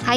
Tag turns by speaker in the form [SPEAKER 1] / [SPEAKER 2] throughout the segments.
[SPEAKER 1] Hi,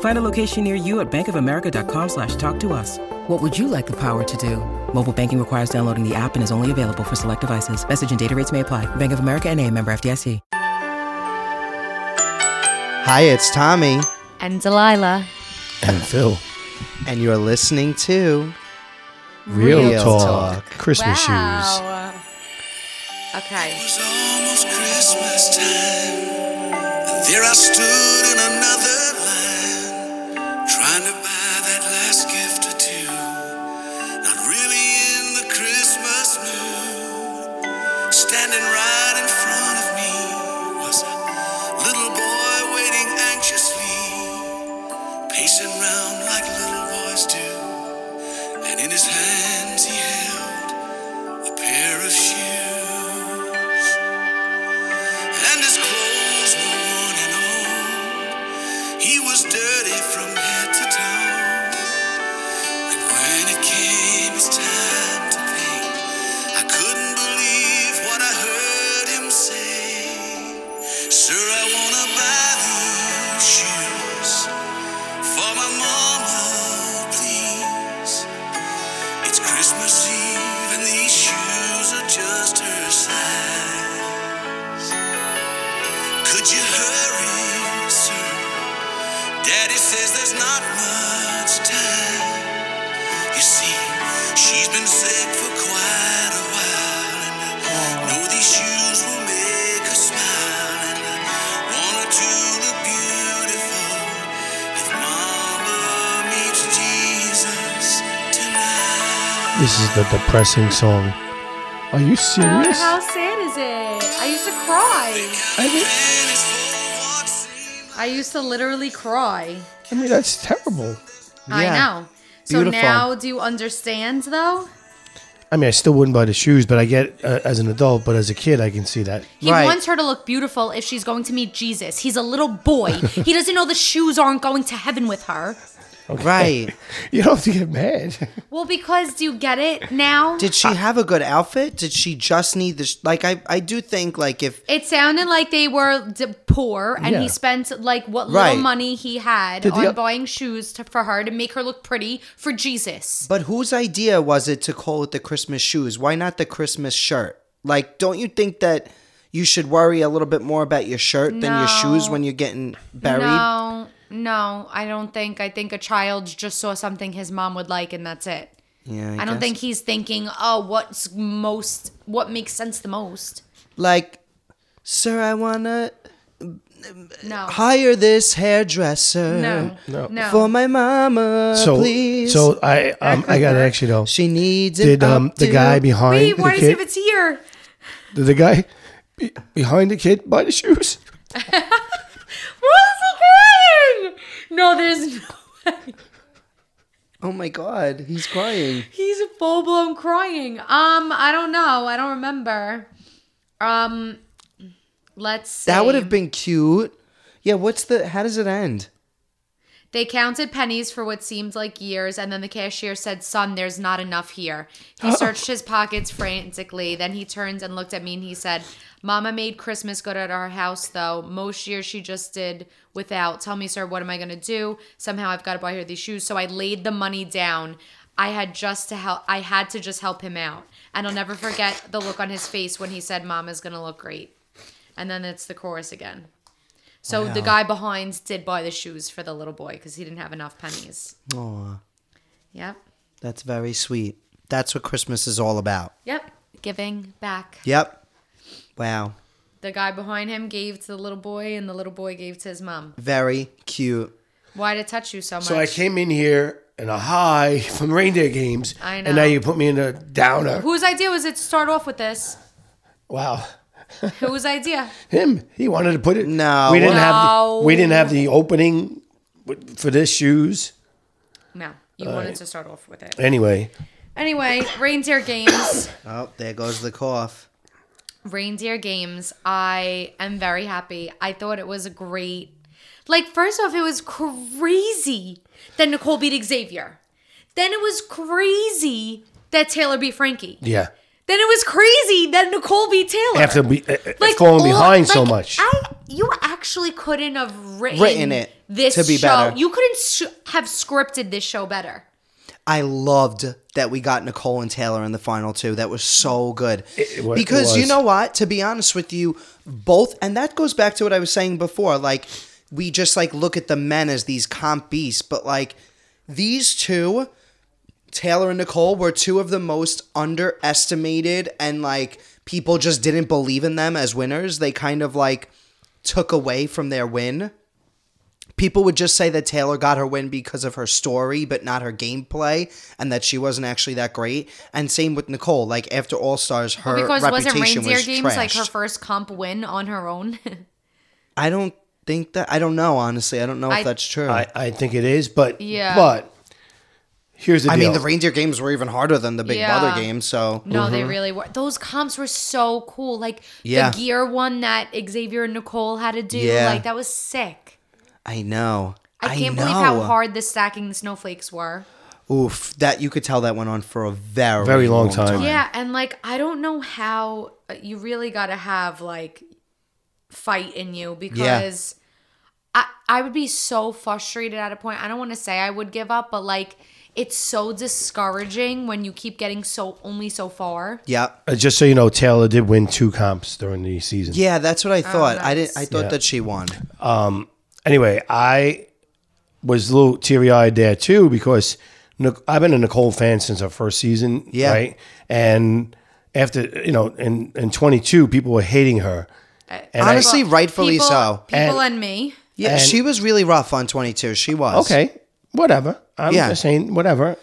[SPEAKER 2] Find a location near you at bankofamerica.com slash talk to us. What would you like the power to do? Mobile banking requires downloading the app and is only available for select devices. Message and data rates may apply. Bank of America and a member FDIC.
[SPEAKER 3] Hi, it's Tommy
[SPEAKER 4] and Delilah.
[SPEAKER 5] and Phil.
[SPEAKER 3] and you're listening to
[SPEAKER 5] Real,
[SPEAKER 3] Real
[SPEAKER 5] talk.
[SPEAKER 3] talk.
[SPEAKER 5] Christmas shoes.
[SPEAKER 4] wow. Okay.
[SPEAKER 6] was almost Christmas time, and there I stood in another line, trying to buy that last gift or two. Not really in the Christmas mood. Standing right in front of me was a little boy waiting anxiously, pacing round like little boys do. And in his hands he held a pair of shoes and his clothes were worn and old. He was dirty from head to toe. And when it came his time to pay, I couldn't believe what I heard him say. Sir, I wanna buy these shoes for my mama, please. It's Christmas Eve and these shoes are just her size. Could you hurry, sir? Daddy says there's not much time. You see, she's been sick for quite a while, and I know these shoes will make her smile. And I want her to look beautiful if Mama meets Jesus tonight.
[SPEAKER 5] This is the depressing song. Are you serious?
[SPEAKER 4] how sad is it? I used to cry.
[SPEAKER 5] I mean,
[SPEAKER 6] And it's for what seems
[SPEAKER 4] I used to literally cry.
[SPEAKER 5] I mean, that's terrible.
[SPEAKER 4] I
[SPEAKER 3] Yeah.
[SPEAKER 4] know. So
[SPEAKER 3] Beautiful.
[SPEAKER 4] now, do you understand though?
[SPEAKER 5] I mean, I still wouldn't buy the shoes, but I get uh, as an adult. But as a kid, I can see that.
[SPEAKER 4] He
[SPEAKER 3] Right.
[SPEAKER 4] wants her to look beautiful if she's going to meet Jesus. He's a little boy. he doesn't know the shoes aren't going to heaven with her.
[SPEAKER 3] Right.
[SPEAKER 5] You don't have to get mad.
[SPEAKER 4] Well, because do you get it now?
[SPEAKER 3] Did she have a good outfit? Did she just need this? Like, I, I do think, like, if
[SPEAKER 4] It sounded like they were d- poor, and
[SPEAKER 5] Yeah.
[SPEAKER 4] he spent like what
[SPEAKER 3] Right.
[SPEAKER 4] little money he had
[SPEAKER 5] Did
[SPEAKER 4] on
[SPEAKER 5] the-
[SPEAKER 4] buying shoes to, for her to make her look pretty for Jesus.
[SPEAKER 3] But whose idea was it to call it the Christmas shoes? Why not the Christmas shirt? Like, don't you think that you should worry a little bit more about your shirt than your shoes when you're getting buried?
[SPEAKER 4] No, no, I don't think. I think a child just saw something his mom would like, and that's it.
[SPEAKER 3] Yeah,
[SPEAKER 4] I,
[SPEAKER 3] guess.
[SPEAKER 4] don't think he's thinking, oh, what's most, what makes sense the most.
[SPEAKER 3] Like, sir, I wanna
[SPEAKER 4] No,
[SPEAKER 3] hire this hairdresser
[SPEAKER 4] no, no,
[SPEAKER 3] for my mama,
[SPEAKER 5] So,
[SPEAKER 3] please.
[SPEAKER 5] so I, um, I gotta actually though.
[SPEAKER 3] she needs an
[SPEAKER 5] Did um the
[SPEAKER 3] updo.
[SPEAKER 5] guy behind
[SPEAKER 4] Wait, why
[SPEAKER 5] the
[SPEAKER 4] is
[SPEAKER 5] kid?
[SPEAKER 4] if it's here?
[SPEAKER 5] Did the guy be, behind the kid buy the shoes?
[SPEAKER 4] What is he crying? No, there's no.
[SPEAKER 3] Oh my god, he's crying.
[SPEAKER 4] He's full blown crying. Um, I don't know. I don't remember. Um, let's. See.
[SPEAKER 3] That would have been cute. Yeah, what's the? How does it end?
[SPEAKER 4] They counted pennies for what seemed like years, and then the cashier said, Son, there's not enough here. He searched his pockets frantically. Then he turned and looked at me and he said, Mama made Christmas good at our house, though. Most years she just did without. Tell me, sir, what am I going to do? Somehow I've got to buy her these shoes. So I laid the money down. I had just to help. I had to just help him out. And I'll never forget the look on his face when he said, Mama's going to look great. And then it's the chorus again. So the guy behind did buy the shoes for the little boy because he didn't have enough pennies.
[SPEAKER 3] Aw,
[SPEAKER 4] Yep.
[SPEAKER 3] that's very sweet. That's what Christmas is all about.
[SPEAKER 4] Yep. Giving back.
[SPEAKER 3] Yep. Wow.
[SPEAKER 4] The guy behind him gave to the little boy, and the little boy gave to his mom.
[SPEAKER 3] Very cute.
[SPEAKER 4] Why'd it touch you so much?
[SPEAKER 5] So I came in here and a high from reindeer games,
[SPEAKER 4] I
[SPEAKER 5] and now
[SPEAKER 4] know.
[SPEAKER 5] you put me in a downer.
[SPEAKER 4] Whose idea was it to start off with this?
[SPEAKER 5] Wow.
[SPEAKER 4] Whose idea?
[SPEAKER 5] Him. He wanted to put it.
[SPEAKER 3] No.
[SPEAKER 5] we didn't have. The,
[SPEAKER 4] No.
[SPEAKER 5] we didn't have the opening But for this shoes,
[SPEAKER 4] No, you wanted to start off with it.
[SPEAKER 5] Uh, anyway.
[SPEAKER 4] Anyway, reindeer games.
[SPEAKER 3] Oh, there goes the cough.
[SPEAKER 4] reindeer games i am very happy i thought it was a great like first off it was crazy that nicole beat xavier then it was crazy that taylor beat frankie
[SPEAKER 5] Yeah.
[SPEAKER 4] then it was crazy that nicole beat taylor
[SPEAKER 5] After be, uh, uh, falling
[SPEAKER 4] all-
[SPEAKER 5] behind so
[SPEAKER 4] like,
[SPEAKER 5] much.
[SPEAKER 4] i you actually couldn't have written,
[SPEAKER 3] Written it
[SPEAKER 4] this
[SPEAKER 3] to be
[SPEAKER 4] show
[SPEAKER 3] better.
[SPEAKER 4] you couldn't sh- have scripted this show better
[SPEAKER 3] I loved that we got Nicole and Taylor in the final two. That was so good.
[SPEAKER 5] It- it wa-
[SPEAKER 3] because
[SPEAKER 5] it
[SPEAKER 3] you
[SPEAKER 5] was.
[SPEAKER 3] know what? To be honest with you, both, and that goes back to what I was saying before. Like, we just like look at the men as these comp beasts, but like these two, Taylor and Nicole, were two of the most underestimated and like people just didn't believe in them as winners. They kind of like took away from their win people would just say that Taylor got her win because of her story, but not her gameplay, and that she wasn't actually that great. And same with Nicole. Like after All Stars, her
[SPEAKER 4] because wasn't
[SPEAKER 3] reputation
[SPEAKER 4] reindeer
[SPEAKER 3] was
[SPEAKER 4] games
[SPEAKER 3] trashed.
[SPEAKER 4] like her first comp win on her own
[SPEAKER 3] I don't think that. I don't know. Honestly, I don't know if
[SPEAKER 4] I-
[SPEAKER 3] that's true.
[SPEAKER 5] I,
[SPEAKER 3] I,
[SPEAKER 5] I think it is, but
[SPEAKER 4] Yeah.
[SPEAKER 5] but here's the deal.
[SPEAKER 3] mean, the reindeer games were even harder than the Big
[SPEAKER 4] Yeah.
[SPEAKER 3] Brother game. So
[SPEAKER 4] No, they really were. Those comps were so cool. Like
[SPEAKER 3] Mm-hmm. Yeah.
[SPEAKER 4] the gear one that Xavier and Nicole had to do.
[SPEAKER 3] Yeah.
[SPEAKER 4] Like that was sick.
[SPEAKER 3] I know.
[SPEAKER 4] I can't believe
[SPEAKER 3] know.
[SPEAKER 4] how hard the stacking the snowflakes were.
[SPEAKER 3] Oof, that you could tell that went on for a very
[SPEAKER 5] Very long time.
[SPEAKER 4] Yeah, and like I don't know how uh, you really got to have like fight in you because I I would be so frustrated at a point. I don't want to say I would give up, but like it's so discouraging when you keep getting so only so far.
[SPEAKER 3] Yep.
[SPEAKER 5] Uh, just so you know, Taylor did win two comps during the season.
[SPEAKER 3] Yeah, that's what I thought. I didn't. I
[SPEAKER 4] Oh, nice.
[SPEAKER 3] thought that she won.
[SPEAKER 5] Anyway, I was a little teary eyed there too because Nic- I've been a Nicole fan since her first season.
[SPEAKER 3] Yeah.
[SPEAKER 5] Right. And after, you know, in, in 22, people were hating her. And I-
[SPEAKER 3] Honestly, rightfully
[SPEAKER 4] people,
[SPEAKER 3] so.
[SPEAKER 4] People
[SPEAKER 5] And-
[SPEAKER 4] and me.
[SPEAKER 3] Yeah,
[SPEAKER 5] and-
[SPEAKER 3] she was really rough on twenty two. She was
[SPEAKER 5] okay, whatever. I'm
[SPEAKER 3] Yeah.
[SPEAKER 5] just saying, whatever.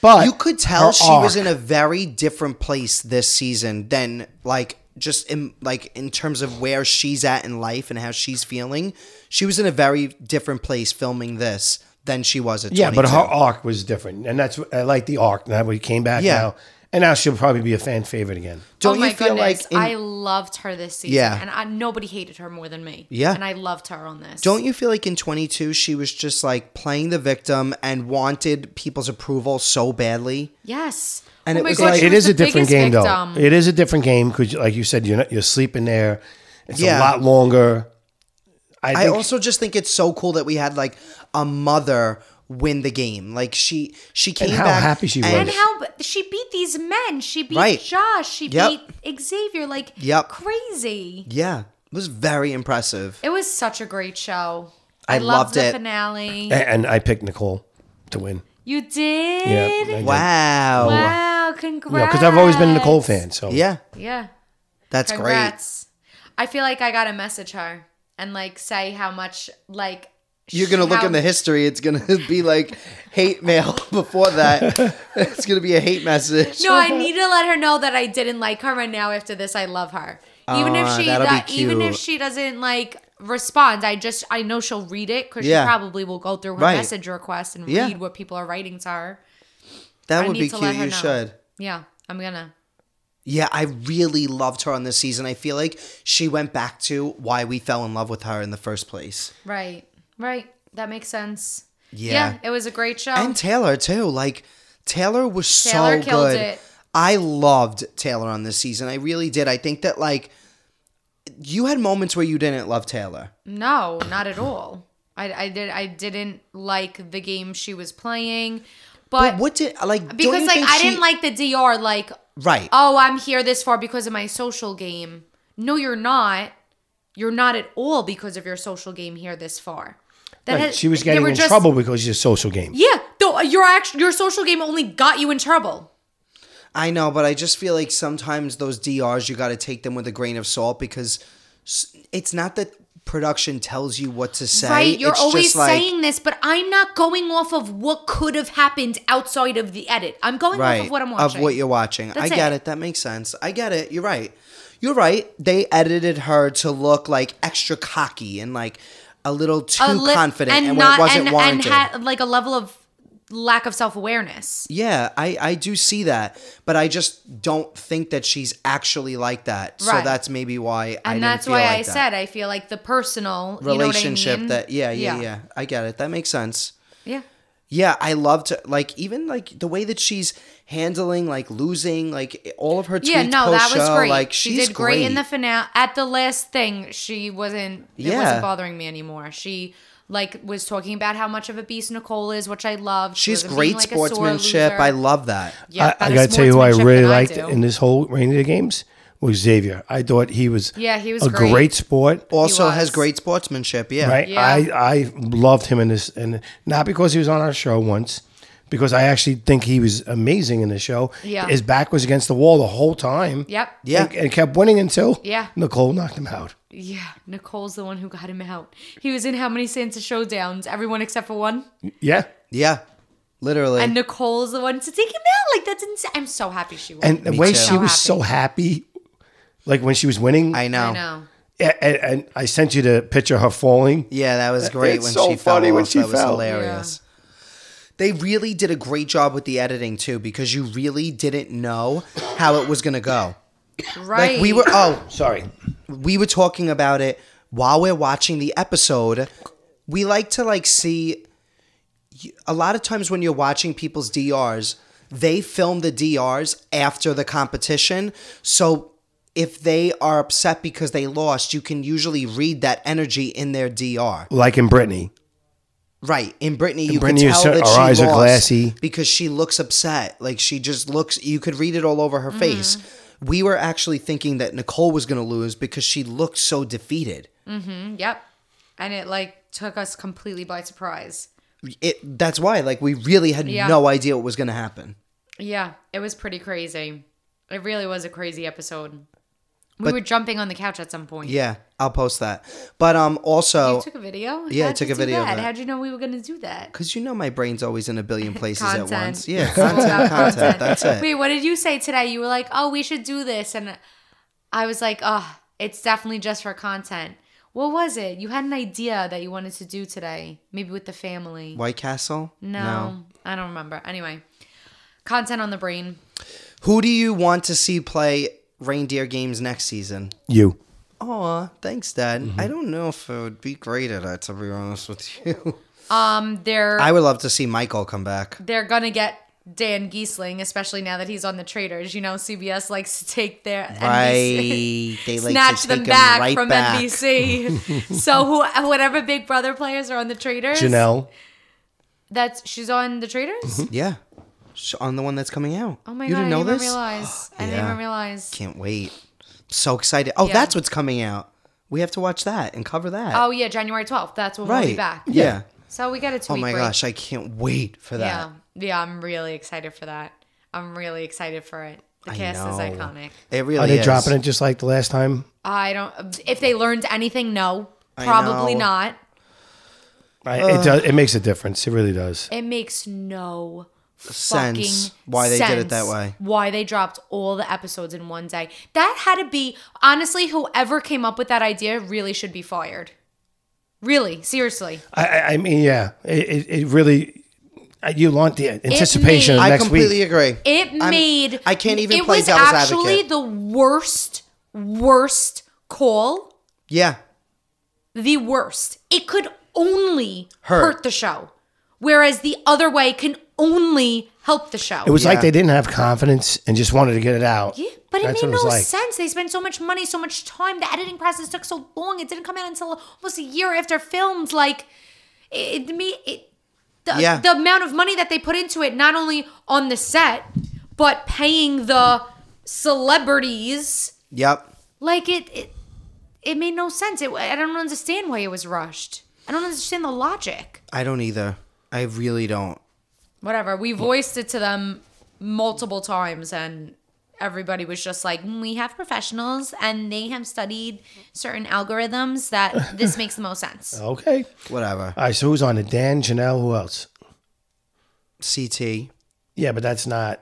[SPEAKER 5] But
[SPEAKER 3] you could tell
[SPEAKER 5] her
[SPEAKER 3] she was
[SPEAKER 5] arc-
[SPEAKER 3] in a very different place this season than like just in like in terms of where she's at in life and how she's feeling. She was in a very different place filming this than she was at
[SPEAKER 5] Yeah,
[SPEAKER 3] 22.
[SPEAKER 5] but her arc was different, and that's I like the arc. Now we came back
[SPEAKER 3] Yeah.
[SPEAKER 5] now, and now she'll probably be a fan favorite again.
[SPEAKER 3] don't
[SPEAKER 4] oh my
[SPEAKER 3] you feel
[SPEAKER 4] goodness.
[SPEAKER 3] like in,
[SPEAKER 4] I loved her this season.
[SPEAKER 3] Yeah.
[SPEAKER 4] And I, nobody hated her more than me.
[SPEAKER 3] Yeah.
[SPEAKER 4] And I loved her on this.
[SPEAKER 3] don't you feel like in 22 she was just like playing the victim and wanted people's approval so badly?
[SPEAKER 4] Yes.
[SPEAKER 3] And
[SPEAKER 4] oh
[SPEAKER 3] it
[SPEAKER 4] my
[SPEAKER 3] was
[SPEAKER 4] gosh,
[SPEAKER 3] like-
[SPEAKER 4] she
[SPEAKER 5] it
[SPEAKER 4] was
[SPEAKER 5] is
[SPEAKER 4] the
[SPEAKER 5] a different
[SPEAKER 4] biggest
[SPEAKER 5] game,
[SPEAKER 4] victim.
[SPEAKER 5] though. It is a different game because, like you said, you're not, you're sleeping there. It's
[SPEAKER 3] Yeah.
[SPEAKER 5] a lot longer.
[SPEAKER 3] I,
[SPEAKER 5] think-
[SPEAKER 3] also just think it's so cool that we had like a mother win the game. Like she she came
[SPEAKER 5] how
[SPEAKER 3] back
[SPEAKER 5] happy she
[SPEAKER 4] And
[SPEAKER 5] was.
[SPEAKER 4] how b- she beat these men. She beat
[SPEAKER 3] Right.
[SPEAKER 4] Josh. She
[SPEAKER 3] Yep.
[SPEAKER 4] beat Xavier. Like
[SPEAKER 3] Yep.
[SPEAKER 4] crazy.
[SPEAKER 3] Yeah, it was very impressive.
[SPEAKER 4] It was such a great show.
[SPEAKER 3] I loved
[SPEAKER 4] the
[SPEAKER 3] it.
[SPEAKER 4] finale.
[SPEAKER 5] A- and I picked Nicole to win.
[SPEAKER 4] You did?
[SPEAKER 5] Yeah, I did.
[SPEAKER 3] Wow.
[SPEAKER 4] Wow, congrats.
[SPEAKER 5] You know, because I've always been a Nicole fan. So
[SPEAKER 3] Yeah,
[SPEAKER 4] Yeah.
[SPEAKER 3] that's
[SPEAKER 4] Congrats. I feel like I gotta message her and like say how much like
[SPEAKER 3] great. You're gonna look
[SPEAKER 4] how-
[SPEAKER 3] in the history. It's gonna be like hate mail before that. it's gonna be a hate message.
[SPEAKER 4] No, I need to let her know that I didn't like her, and now after this, I love her. Even if
[SPEAKER 3] Aw,
[SPEAKER 4] she,
[SPEAKER 3] that'll be
[SPEAKER 4] do- even if
[SPEAKER 3] cute.
[SPEAKER 4] she doesn't like respond, I just I know she'll read it because
[SPEAKER 3] Yeah.
[SPEAKER 4] she probably will go through her
[SPEAKER 3] Right.
[SPEAKER 4] message requests and
[SPEAKER 3] Yeah.
[SPEAKER 4] read what people are writing to her.
[SPEAKER 3] that
[SPEAKER 4] I
[SPEAKER 3] would
[SPEAKER 4] need
[SPEAKER 3] be
[SPEAKER 4] to
[SPEAKER 3] cute.
[SPEAKER 4] let
[SPEAKER 3] You
[SPEAKER 4] her know.
[SPEAKER 3] should.
[SPEAKER 4] Yeah, I'm gonna.
[SPEAKER 3] Yeah, I really loved her on this season. I feel like she went back to why we fell in love with her in the first place.
[SPEAKER 4] Right, right. That makes sense.
[SPEAKER 3] Yeah.
[SPEAKER 4] it was a great show.
[SPEAKER 3] And Taylor too. Like Taylor was
[SPEAKER 4] Taylor
[SPEAKER 3] so
[SPEAKER 4] killed
[SPEAKER 3] good.
[SPEAKER 4] it.
[SPEAKER 3] I loved Taylor on this season. I really did. I think that like you had moments where you didn't love Taylor.
[SPEAKER 4] No, not at all. I, I did I didn't like the game she was playing, but,
[SPEAKER 3] But what did like don't
[SPEAKER 4] because
[SPEAKER 3] you
[SPEAKER 4] like
[SPEAKER 3] think
[SPEAKER 4] I
[SPEAKER 3] she-
[SPEAKER 4] didn't like the dr like
[SPEAKER 3] right
[SPEAKER 4] oh I'm here this far because of my social game. No, you're not. You're not at all because of your social game here this far. That
[SPEAKER 5] Like,
[SPEAKER 4] had-
[SPEAKER 5] she was
[SPEAKER 4] they
[SPEAKER 5] getting
[SPEAKER 4] were
[SPEAKER 5] in
[SPEAKER 4] just-
[SPEAKER 5] trouble because she's a social game.
[SPEAKER 4] Yeah, though uh, your actual your social game only got you in trouble.
[SPEAKER 3] I know, but I just feel like sometimes those DRs you got to take them with a grain of salt because s- it's not that production tells you what to say.
[SPEAKER 4] right, you're
[SPEAKER 3] it's
[SPEAKER 4] always
[SPEAKER 3] just like,
[SPEAKER 4] saying this, but I'm not going off of what could have happened outside of the edit. I'm going
[SPEAKER 3] right
[SPEAKER 4] off of what I'm watching.
[SPEAKER 3] of what you're watching. I
[SPEAKER 4] That's
[SPEAKER 3] get
[SPEAKER 4] it.
[SPEAKER 3] it. That makes sense. I get it. You're right. You're right. They edited her to look like extra cocky and like a little too
[SPEAKER 4] a li-
[SPEAKER 3] confident and, when it wasn't
[SPEAKER 4] and,
[SPEAKER 3] warranted.
[SPEAKER 4] and had like a level of lack of self awareness.
[SPEAKER 3] Yeah, I, I do see that, but I just don't think that she's actually like that. So
[SPEAKER 4] Right.
[SPEAKER 3] that's maybe why I
[SPEAKER 4] And
[SPEAKER 3] didn't
[SPEAKER 4] that's
[SPEAKER 3] feel
[SPEAKER 4] why
[SPEAKER 3] like
[SPEAKER 4] I
[SPEAKER 3] that.
[SPEAKER 4] said I feel like the personal you know what I
[SPEAKER 3] relationship
[SPEAKER 4] mean?
[SPEAKER 3] that yeah, yeah, yeah,
[SPEAKER 4] Yeah.
[SPEAKER 3] I get it. That makes sense.
[SPEAKER 4] Yeah.
[SPEAKER 3] Yeah, I love to like even like the way that she's handling like losing like all of her tweets
[SPEAKER 4] Yeah, no, that was
[SPEAKER 3] post-show,
[SPEAKER 4] great.
[SPEAKER 3] Like
[SPEAKER 4] she
[SPEAKER 3] she's
[SPEAKER 4] did great, in the finale. At the last thing, she wasn't. It
[SPEAKER 3] Yeah.
[SPEAKER 4] wasn't bothering me anymore. She like was talking about how much of a beast Nicole is, which I loved. She
[SPEAKER 3] she's
[SPEAKER 4] wasn't
[SPEAKER 3] great
[SPEAKER 4] being, like, a sore
[SPEAKER 3] sportsmanship.
[SPEAKER 4] loser.
[SPEAKER 3] I love that.
[SPEAKER 4] Yeah,
[SPEAKER 5] I, I
[SPEAKER 4] better
[SPEAKER 5] gotta tell you who I
[SPEAKER 4] sportsmanship
[SPEAKER 5] really
[SPEAKER 4] than
[SPEAKER 5] liked
[SPEAKER 4] do.
[SPEAKER 5] in this whole Reindeer games was Xavier. I thought he was
[SPEAKER 4] Yeah, he was
[SPEAKER 5] a great,
[SPEAKER 4] great.
[SPEAKER 5] sport.
[SPEAKER 3] Also has
[SPEAKER 4] was.
[SPEAKER 3] great sportsmanship. Yeah.
[SPEAKER 5] Right?
[SPEAKER 4] Yeah.
[SPEAKER 5] I I loved him in this, and not because he was on our show once, because I actually think he was amazing in the show.
[SPEAKER 4] Yeah.
[SPEAKER 5] his back was against the wall the whole time.
[SPEAKER 4] Yep.
[SPEAKER 3] Yeah.
[SPEAKER 5] and, and kept winning until
[SPEAKER 4] Yeah.
[SPEAKER 5] Nicole knocked him out.
[SPEAKER 4] Yeah. Nicole's the one who got him out. He was in how many Santa showdowns? Everyone except for one.
[SPEAKER 5] Yeah,
[SPEAKER 3] Yeah. Literally.
[SPEAKER 4] And Nicole's the one to take him out. Like that's insane. I'm so happy she won.
[SPEAKER 5] and the
[SPEAKER 3] Me
[SPEAKER 5] way
[SPEAKER 3] too.
[SPEAKER 5] she
[SPEAKER 3] So
[SPEAKER 5] was so happy, like when she was winning.
[SPEAKER 3] I know.
[SPEAKER 4] I know.
[SPEAKER 5] A- and, and I sent you the picture of her falling.
[SPEAKER 3] Yeah, that was great
[SPEAKER 5] it's
[SPEAKER 3] when
[SPEAKER 5] so
[SPEAKER 3] she fell
[SPEAKER 5] funny
[SPEAKER 3] off.
[SPEAKER 5] when she
[SPEAKER 3] that was
[SPEAKER 5] fell.
[SPEAKER 3] hilarious. They really did a great job with the editing too, because you really didn't know how it was gonna go.
[SPEAKER 4] Right.
[SPEAKER 3] Like we were oh,
[SPEAKER 5] Sorry,
[SPEAKER 3] we were talking about it while we're watching the episode. We like to like see a lot of times when you're watching people's DRs, they film the DRs after the competition. So if they are upset because they lost, you can usually read that energy in their DR.
[SPEAKER 5] like in Brittany.
[SPEAKER 3] Right. In Brittany, you
[SPEAKER 5] Brittany
[SPEAKER 3] can
[SPEAKER 5] is
[SPEAKER 3] tell
[SPEAKER 5] so-
[SPEAKER 3] that
[SPEAKER 5] her
[SPEAKER 3] she
[SPEAKER 5] eyes are
[SPEAKER 3] lost
[SPEAKER 5] glassy.
[SPEAKER 3] because she looks upset. Like she just looks. You could read it all over
[SPEAKER 4] Mm-hmm.
[SPEAKER 3] her face. We were actually thinking that Nicole was going to lose because she looked so defeated.
[SPEAKER 4] Yep. And it like took us completely by surprise.
[SPEAKER 3] It. That's why. Like we really had
[SPEAKER 4] Yeah.
[SPEAKER 3] no idea what was going to happen.
[SPEAKER 4] Yeah, it was pretty crazy. It really was a crazy episode. We were jumping on the couch at some point.
[SPEAKER 3] Yeah, I'll post that. But um, also
[SPEAKER 4] You took a video?
[SPEAKER 3] Yeah, I
[SPEAKER 4] How'd
[SPEAKER 3] took
[SPEAKER 4] you
[SPEAKER 3] a
[SPEAKER 4] do
[SPEAKER 3] video of
[SPEAKER 4] that?
[SPEAKER 3] that.
[SPEAKER 4] How'd you know we were going to do that?
[SPEAKER 3] because you know my brain's always in a billion places at
[SPEAKER 4] Content.
[SPEAKER 3] once. Yeah, content, content. That's it.
[SPEAKER 4] Wait, what did you say today? You were like, oh, we should do this. And I was like, oh, it's definitely just for content. What was it? You had an idea that you wanted to do today, maybe with the family.
[SPEAKER 3] White Castle.
[SPEAKER 4] No, I don't remember. Anyway, content on the brain.
[SPEAKER 3] Who do you want to see play reindeer games next season?
[SPEAKER 5] You.
[SPEAKER 3] Aw, thanks, Dad.
[SPEAKER 4] Mm-hmm.
[SPEAKER 3] I don't know if it would be great at it, to be honest with you.
[SPEAKER 4] Um, there.
[SPEAKER 3] I would love to see Michael come back.
[SPEAKER 4] they're gonna get Dan Giesling, especially now that he's on the Traders. You know, CBS likes to take their NBC,
[SPEAKER 3] Right. They like
[SPEAKER 4] snatch
[SPEAKER 3] to
[SPEAKER 4] them
[SPEAKER 3] take
[SPEAKER 4] back
[SPEAKER 3] him right
[SPEAKER 4] from
[SPEAKER 3] back.
[SPEAKER 4] NBC. so who, whatever Big Brother players are on the Traders,
[SPEAKER 5] Janelle.
[SPEAKER 4] that's she's on the Traders.
[SPEAKER 3] Yeah. Sh- On the one that's coming out.
[SPEAKER 4] Oh my
[SPEAKER 3] Mm-hmm. you
[SPEAKER 4] god,
[SPEAKER 3] didn't know
[SPEAKER 4] I didn't
[SPEAKER 3] this?
[SPEAKER 4] even realize. I didn't
[SPEAKER 3] Yeah.
[SPEAKER 4] even realize.
[SPEAKER 3] Can't wait. So excited. Oh,
[SPEAKER 4] Yeah.
[SPEAKER 3] that's what's coming out. We have to watch that and cover that.
[SPEAKER 4] Oh yeah, January twelfth. That's when
[SPEAKER 3] right.
[SPEAKER 4] we'll be back.
[SPEAKER 3] Yeah.
[SPEAKER 4] So we got a two.
[SPEAKER 3] Oh my gosh, I can't wait for that.
[SPEAKER 4] Yeah, yeah. I'm really excited for that. I'm really excited for it. The cast is
[SPEAKER 3] know.
[SPEAKER 4] iconic.
[SPEAKER 3] It really
[SPEAKER 5] Are they
[SPEAKER 3] is.
[SPEAKER 5] dropping it just like the last time?
[SPEAKER 4] I don't. If they learned anything, no. Probably
[SPEAKER 3] know.
[SPEAKER 4] not.
[SPEAKER 5] I,
[SPEAKER 4] Uh.
[SPEAKER 5] it does. It makes a difference. It really does.
[SPEAKER 4] It makes no
[SPEAKER 3] Sense
[SPEAKER 4] fucking
[SPEAKER 3] why they did it
[SPEAKER 4] sense
[SPEAKER 3] that way.
[SPEAKER 4] Why they dropped all the episodes in one day. That had to be honestly whoever came up with that idea really should be fired. Really, seriously.
[SPEAKER 5] I, I, I mean, yeah. It, it, it really. uh, You want the anticipation of
[SPEAKER 4] made-
[SPEAKER 3] I
[SPEAKER 5] next
[SPEAKER 3] completely
[SPEAKER 5] week.
[SPEAKER 3] agree.
[SPEAKER 4] It
[SPEAKER 3] I'm-
[SPEAKER 4] made
[SPEAKER 3] I can't even
[SPEAKER 4] It
[SPEAKER 3] play
[SPEAKER 4] was
[SPEAKER 3] devil's
[SPEAKER 4] actually
[SPEAKER 3] advocate.
[SPEAKER 4] the worst worst call,
[SPEAKER 3] yeah.
[SPEAKER 4] the worst. It could only
[SPEAKER 3] Hurt.
[SPEAKER 4] hurt the show. Whereas the other way can only help the show.
[SPEAKER 5] It was
[SPEAKER 3] Yeah.
[SPEAKER 5] like they didn't have confidence and just wanted to get it out.
[SPEAKER 4] Yeah, but it
[SPEAKER 5] That's
[SPEAKER 4] made
[SPEAKER 5] what
[SPEAKER 4] no
[SPEAKER 5] was like.
[SPEAKER 4] sense. They spent so much money, so much time. The editing process took so long. It didn't come out until almost a year after filmed. Like it, it me it the,
[SPEAKER 3] Yeah.
[SPEAKER 4] the amount of money that they put into it, not only on the set, but paying the celebrities.
[SPEAKER 3] Yep.
[SPEAKER 4] Like it, it, it made no sense. It, I don't understand why it was rushed. I don't understand the logic.
[SPEAKER 3] I don't either. I really don't.
[SPEAKER 4] Whatever. We voiced it to them multiple times and everybody was just like, "Mm, we have professionals and they have studied certain algorithms that this makes the most sense.
[SPEAKER 5] Okay.
[SPEAKER 3] Whatever.
[SPEAKER 5] All right. So who's on it? Dan, Janelle, who else?
[SPEAKER 3] CT.
[SPEAKER 5] Yeah, but that's not.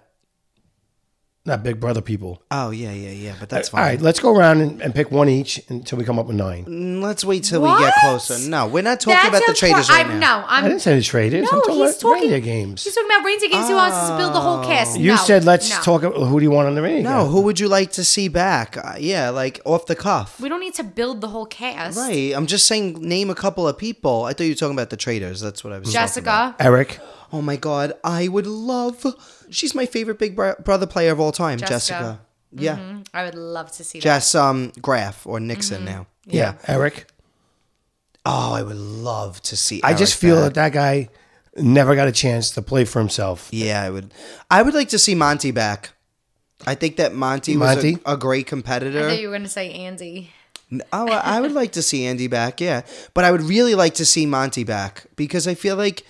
[SPEAKER 5] not Big Brother people.
[SPEAKER 3] Oh yeah, yeah, yeah. But that's
[SPEAKER 5] All
[SPEAKER 3] fine.
[SPEAKER 5] right, let's go around and, and pick one each until we come up with nine.
[SPEAKER 3] Mm, Let's wait till we get
[SPEAKER 4] What?
[SPEAKER 3] closer. No, we're not talking about the
[SPEAKER 4] impo-
[SPEAKER 3] traders right
[SPEAKER 4] I'm,
[SPEAKER 3] now.
[SPEAKER 4] No,
[SPEAKER 5] I
[SPEAKER 4] I'm
[SPEAKER 5] didn't say the traders. I'm
[SPEAKER 4] no.
[SPEAKER 5] talking
[SPEAKER 4] He's
[SPEAKER 5] about
[SPEAKER 4] talking
[SPEAKER 5] radio games.
[SPEAKER 4] He's talking about Reindeer games. He wants us to build the
[SPEAKER 3] Oh.
[SPEAKER 4] whole cast.
[SPEAKER 5] You
[SPEAKER 4] No,
[SPEAKER 5] said let's
[SPEAKER 4] no.
[SPEAKER 5] talk. About, who do you want on the radio?
[SPEAKER 3] No,
[SPEAKER 5] game?
[SPEAKER 3] who would you like to see back? Uh, yeah, like off the cuff.
[SPEAKER 4] We don't need to build the whole cast.
[SPEAKER 3] Right. I'm just saying, name a couple of people. I thought you were talking about the traders. That's what I was. talking about.
[SPEAKER 4] Jessica.
[SPEAKER 5] Eric.
[SPEAKER 3] Oh my God, I would love. She's my favorite Big Bro- Brother player of all time, Jessica.
[SPEAKER 4] Jessica. Mm-hmm.
[SPEAKER 3] Yeah,
[SPEAKER 4] mm, I would love to see that.
[SPEAKER 3] Jess um, Graf or Nixon
[SPEAKER 4] Mm-hmm.
[SPEAKER 3] now.
[SPEAKER 5] Yeah, Eric.
[SPEAKER 3] Oh, I would love to see.
[SPEAKER 5] I just
[SPEAKER 3] Eric
[SPEAKER 5] feel
[SPEAKER 3] back.
[SPEAKER 5] that that guy never got a chance to play for himself.
[SPEAKER 3] Yeah, I would. I would like to see Monty back. I think that Monty,
[SPEAKER 5] Monty?
[SPEAKER 3] was a, a great
[SPEAKER 4] I
[SPEAKER 3] competitor.
[SPEAKER 4] thought you were gonna say Andy.
[SPEAKER 3] Oh, I I would like to see Andy back, yeah. But I would really like to see Monty back because I feel like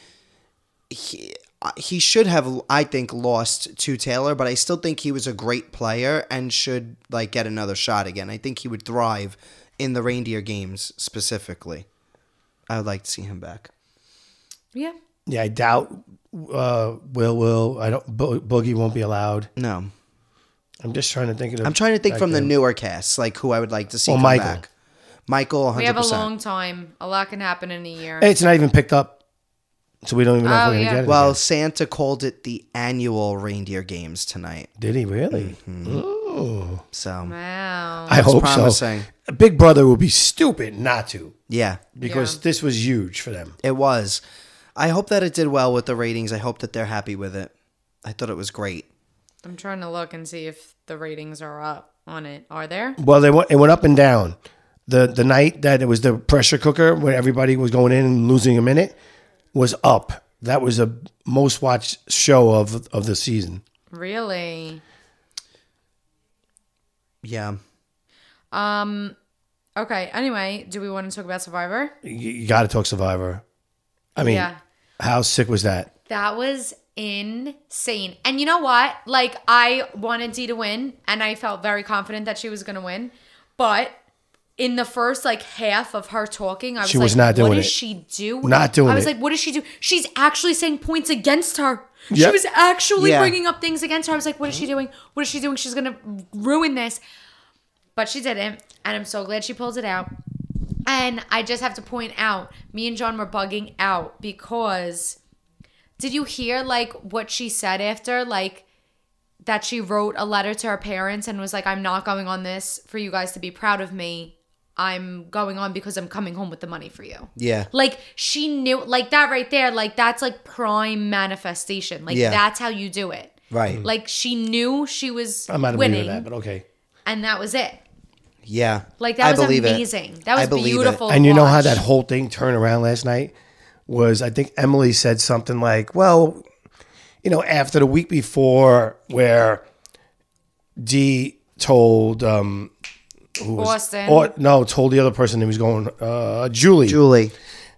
[SPEAKER 3] he uh, he should have, I think, lost to Taylor, but I still think he was a great player and should like get another shot again. I think he would thrive in the reindeer games specifically. I would like to see him back.
[SPEAKER 4] Yeah.
[SPEAKER 5] Yeah, I doubt uh, Will will. I don't. Bo- Boogie won't be allowed.
[SPEAKER 3] No,
[SPEAKER 5] I'm just trying to think. Of
[SPEAKER 3] I'm trying to think
[SPEAKER 5] back
[SPEAKER 3] from the
[SPEAKER 5] then.
[SPEAKER 3] newer cast, like who I would like to see
[SPEAKER 5] Or
[SPEAKER 3] come
[SPEAKER 5] Michael.
[SPEAKER 3] back. Michael, 100%.
[SPEAKER 4] We have a long time. A lot can happen in a year.
[SPEAKER 5] It's not even picked up, so we don't even know if
[SPEAKER 4] Oh,
[SPEAKER 5] we're gonna
[SPEAKER 4] yeah.
[SPEAKER 5] get it.
[SPEAKER 3] well,
[SPEAKER 5] again.
[SPEAKER 3] Santa called it the annual reindeer games tonight,
[SPEAKER 5] did he really? Ooh.
[SPEAKER 3] so
[SPEAKER 4] Wow.
[SPEAKER 5] I hope
[SPEAKER 3] promising.
[SPEAKER 5] so. Big Brother would be stupid not to
[SPEAKER 3] yeah.
[SPEAKER 5] because this was huge for them.
[SPEAKER 3] It was. I hope that it did well with the ratings. I hope that they're happy with it. I thought it was great.
[SPEAKER 4] I'm trying to look and see if the ratings are up on it. Are there?
[SPEAKER 5] Well, they went, it went up and down. The the night that it was the pressure cooker when everybody was going in and losing a minute was up. That was a most watched show of of the season.
[SPEAKER 4] Really?
[SPEAKER 3] Yeah.
[SPEAKER 4] Okay. Anyway, do we want to talk about Survivor?
[SPEAKER 5] You, you got to talk Survivor. I mean,
[SPEAKER 4] Yeah.
[SPEAKER 5] how sick was that?
[SPEAKER 4] That was insane. And you know what? Like I wanted Dee to win and I felt very confident that she was going to win. But in the first like half of her talking, I was
[SPEAKER 5] She
[SPEAKER 4] like,
[SPEAKER 5] was not
[SPEAKER 4] what
[SPEAKER 5] doing
[SPEAKER 4] is
[SPEAKER 5] it.
[SPEAKER 4] she doing?
[SPEAKER 5] Not doing
[SPEAKER 4] I was
[SPEAKER 5] it.
[SPEAKER 4] like, what does she do? She's actually saying points against her. She
[SPEAKER 5] Yep.
[SPEAKER 4] was actually
[SPEAKER 3] Yeah.
[SPEAKER 4] bringing up things against her. I was like, what is she doing? What is she doing? She's going to ruin this. But she didn't. And I'm so glad she pulled it out. And I just have to point out, me and John were bugging out because did you hear like what she said after? Like that she wrote a letter to her parents and was like, I'm not going on this for you guys to be proud of me. I'm going on because I'm coming home with the money for you.
[SPEAKER 3] Yeah.
[SPEAKER 4] Like she knew like that right there, like that's like prime manifestation. Like
[SPEAKER 3] Yeah.
[SPEAKER 4] that's how you do it.
[SPEAKER 3] Right.
[SPEAKER 4] Like she knew she was
[SPEAKER 5] I'm out of
[SPEAKER 4] winning
[SPEAKER 5] with that, but okay.
[SPEAKER 4] and that was it.
[SPEAKER 3] Yeah.
[SPEAKER 4] Like that
[SPEAKER 3] I
[SPEAKER 4] was
[SPEAKER 3] believe it.
[SPEAKER 4] amazing. That was
[SPEAKER 3] I believe it.
[SPEAKER 4] beautiful.
[SPEAKER 5] And you know how
[SPEAKER 4] watch.
[SPEAKER 5] that whole thing turned around last night was I think Emily said something like, "Well, you know, after the week before where D told um who was
[SPEAKER 4] Austin.
[SPEAKER 5] or no, told the other person who was going uh Julie,
[SPEAKER 3] Julie.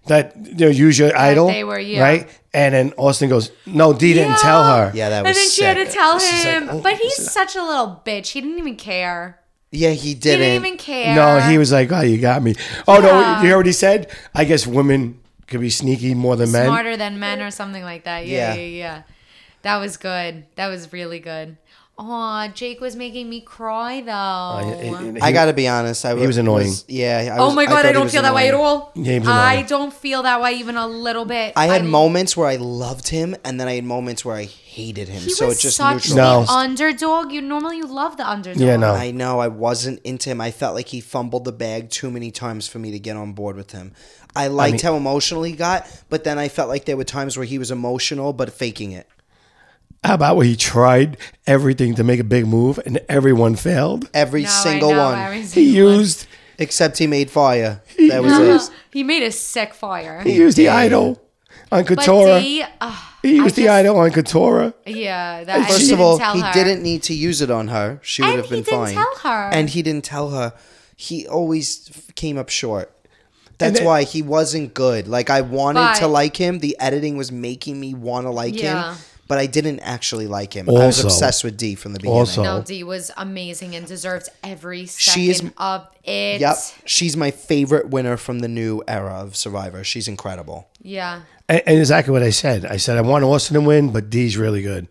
[SPEAKER 5] that you know use your idol,
[SPEAKER 4] they were- yeah.
[SPEAKER 5] right? And then Austin goes, "No, D didn't tell her."
[SPEAKER 3] Yeah, that
[SPEAKER 4] And
[SPEAKER 3] was
[SPEAKER 4] then she had to
[SPEAKER 3] sick.
[SPEAKER 4] tell
[SPEAKER 5] She's like,
[SPEAKER 4] him.
[SPEAKER 5] "Oh,
[SPEAKER 4] but
[SPEAKER 5] this
[SPEAKER 4] he's
[SPEAKER 5] is-
[SPEAKER 4] such a little bitch. He didn't even care.
[SPEAKER 3] Yeah, he
[SPEAKER 4] He
[SPEAKER 3] didn't.
[SPEAKER 4] didn't even care.
[SPEAKER 5] No, he was like, "Oh, you got me." Oh no, you hear what he said? I guess women could be sneaky more than men.
[SPEAKER 4] smarter than men or something like that.
[SPEAKER 3] Yeah.
[SPEAKER 4] Yeah, yeah, yeah. That was good. That was really good. Aw, Jake was making me cry though.
[SPEAKER 5] Uh,
[SPEAKER 3] I gotta be honest. I
[SPEAKER 5] was annoying.
[SPEAKER 3] yeah. I
[SPEAKER 4] oh
[SPEAKER 3] was-
[SPEAKER 4] my god,
[SPEAKER 3] thought
[SPEAKER 4] I,
[SPEAKER 3] he
[SPEAKER 4] don't
[SPEAKER 3] was
[SPEAKER 4] feel that way at
[SPEAKER 3] annoying.
[SPEAKER 4] all.
[SPEAKER 5] he was
[SPEAKER 4] I
[SPEAKER 5] annoying.
[SPEAKER 4] don't feel that way even a little bit.
[SPEAKER 3] I had
[SPEAKER 4] I-
[SPEAKER 3] moments where I loved him, and then I had moments where I hated him.
[SPEAKER 4] He
[SPEAKER 3] so
[SPEAKER 4] was
[SPEAKER 3] it just
[SPEAKER 4] such
[SPEAKER 3] neutralized.
[SPEAKER 5] No.
[SPEAKER 4] the underdog. You normally you love the underdog.
[SPEAKER 5] yeah, no.
[SPEAKER 3] I know I wasn't into him. I felt like he fumbled the bag too many times for me to get on board with him. I liked how emotional he got, but then I felt like there were times where he was emotional but faking it.
[SPEAKER 5] How about where he tried everything to make a big move and everyone failed?
[SPEAKER 3] Every
[SPEAKER 4] No, I
[SPEAKER 3] single
[SPEAKER 4] know,
[SPEAKER 3] one,
[SPEAKER 4] every
[SPEAKER 5] He
[SPEAKER 4] single one.
[SPEAKER 5] used
[SPEAKER 3] except he made fire. That was
[SPEAKER 4] No,
[SPEAKER 3] it.
[SPEAKER 4] He made a sick fire.
[SPEAKER 5] he used the idol on
[SPEAKER 4] But
[SPEAKER 5] Katora.
[SPEAKER 4] D, ugh,
[SPEAKER 5] He used the
[SPEAKER 4] just-
[SPEAKER 5] idol on Katora.
[SPEAKER 4] yeah. That, I
[SPEAKER 3] First
[SPEAKER 4] didn't
[SPEAKER 3] of all,
[SPEAKER 4] tell
[SPEAKER 3] he
[SPEAKER 4] her.
[SPEAKER 3] didn't need to use it on her. She would
[SPEAKER 4] And
[SPEAKER 3] have
[SPEAKER 4] he
[SPEAKER 3] been
[SPEAKER 4] didn't
[SPEAKER 3] fine.
[SPEAKER 4] tell her.
[SPEAKER 3] And he didn't tell her. He always f- came up short. That's
[SPEAKER 5] then-
[SPEAKER 3] why he wasn't good. Like I wanted to
[SPEAKER 4] But-
[SPEAKER 3] like him. The editing was making me want to like
[SPEAKER 4] Yeah.
[SPEAKER 3] him, but I didn't actually like him. I was
[SPEAKER 5] Also-
[SPEAKER 3] obsessed with D from the beginning.
[SPEAKER 5] Also,
[SPEAKER 4] No, D was amazing and deserves every second
[SPEAKER 3] She is-
[SPEAKER 4] of it.
[SPEAKER 3] Yep. She's my favorite winner from the new era of Survivor. She's incredible.
[SPEAKER 4] Yeah.
[SPEAKER 5] and, and exactly what I said. I said I want Austin to win, but D's really good.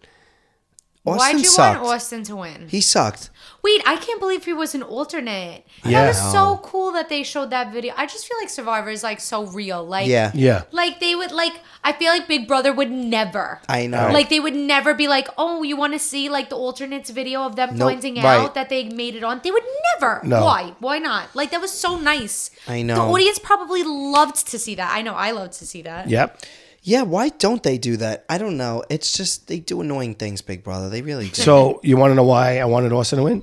[SPEAKER 3] Austin
[SPEAKER 4] Why'd you
[SPEAKER 3] sucked.
[SPEAKER 4] want Austin to win?
[SPEAKER 3] He sucked.
[SPEAKER 4] Wait, I can't believe he was an alternate.
[SPEAKER 5] Yeah.
[SPEAKER 4] That was so cool that they showed that video. I just feel like Survivor is like so real. Like
[SPEAKER 3] Yeah.
[SPEAKER 5] Yeah.
[SPEAKER 4] Like they would like I feel like Big Brother would never.
[SPEAKER 3] I know.
[SPEAKER 4] Like they would never be like, "Oh, you want to see like the alternates video of them
[SPEAKER 3] Nope,
[SPEAKER 4] finding
[SPEAKER 3] right.
[SPEAKER 4] out that they made it on?" They would never.
[SPEAKER 5] No.
[SPEAKER 4] Why? Why not? Like that was so nice.
[SPEAKER 3] I know.
[SPEAKER 4] The audience probably loved to see that. I know I loved to see that.
[SPEAKER 5] Yep.
[SPEAKER 3] Yeah, why don't they do that? I don't know. It's just they do annoying things, Big Brother. They really do.
[SPEAKER 5] So you want to know why I wanted Austin to win?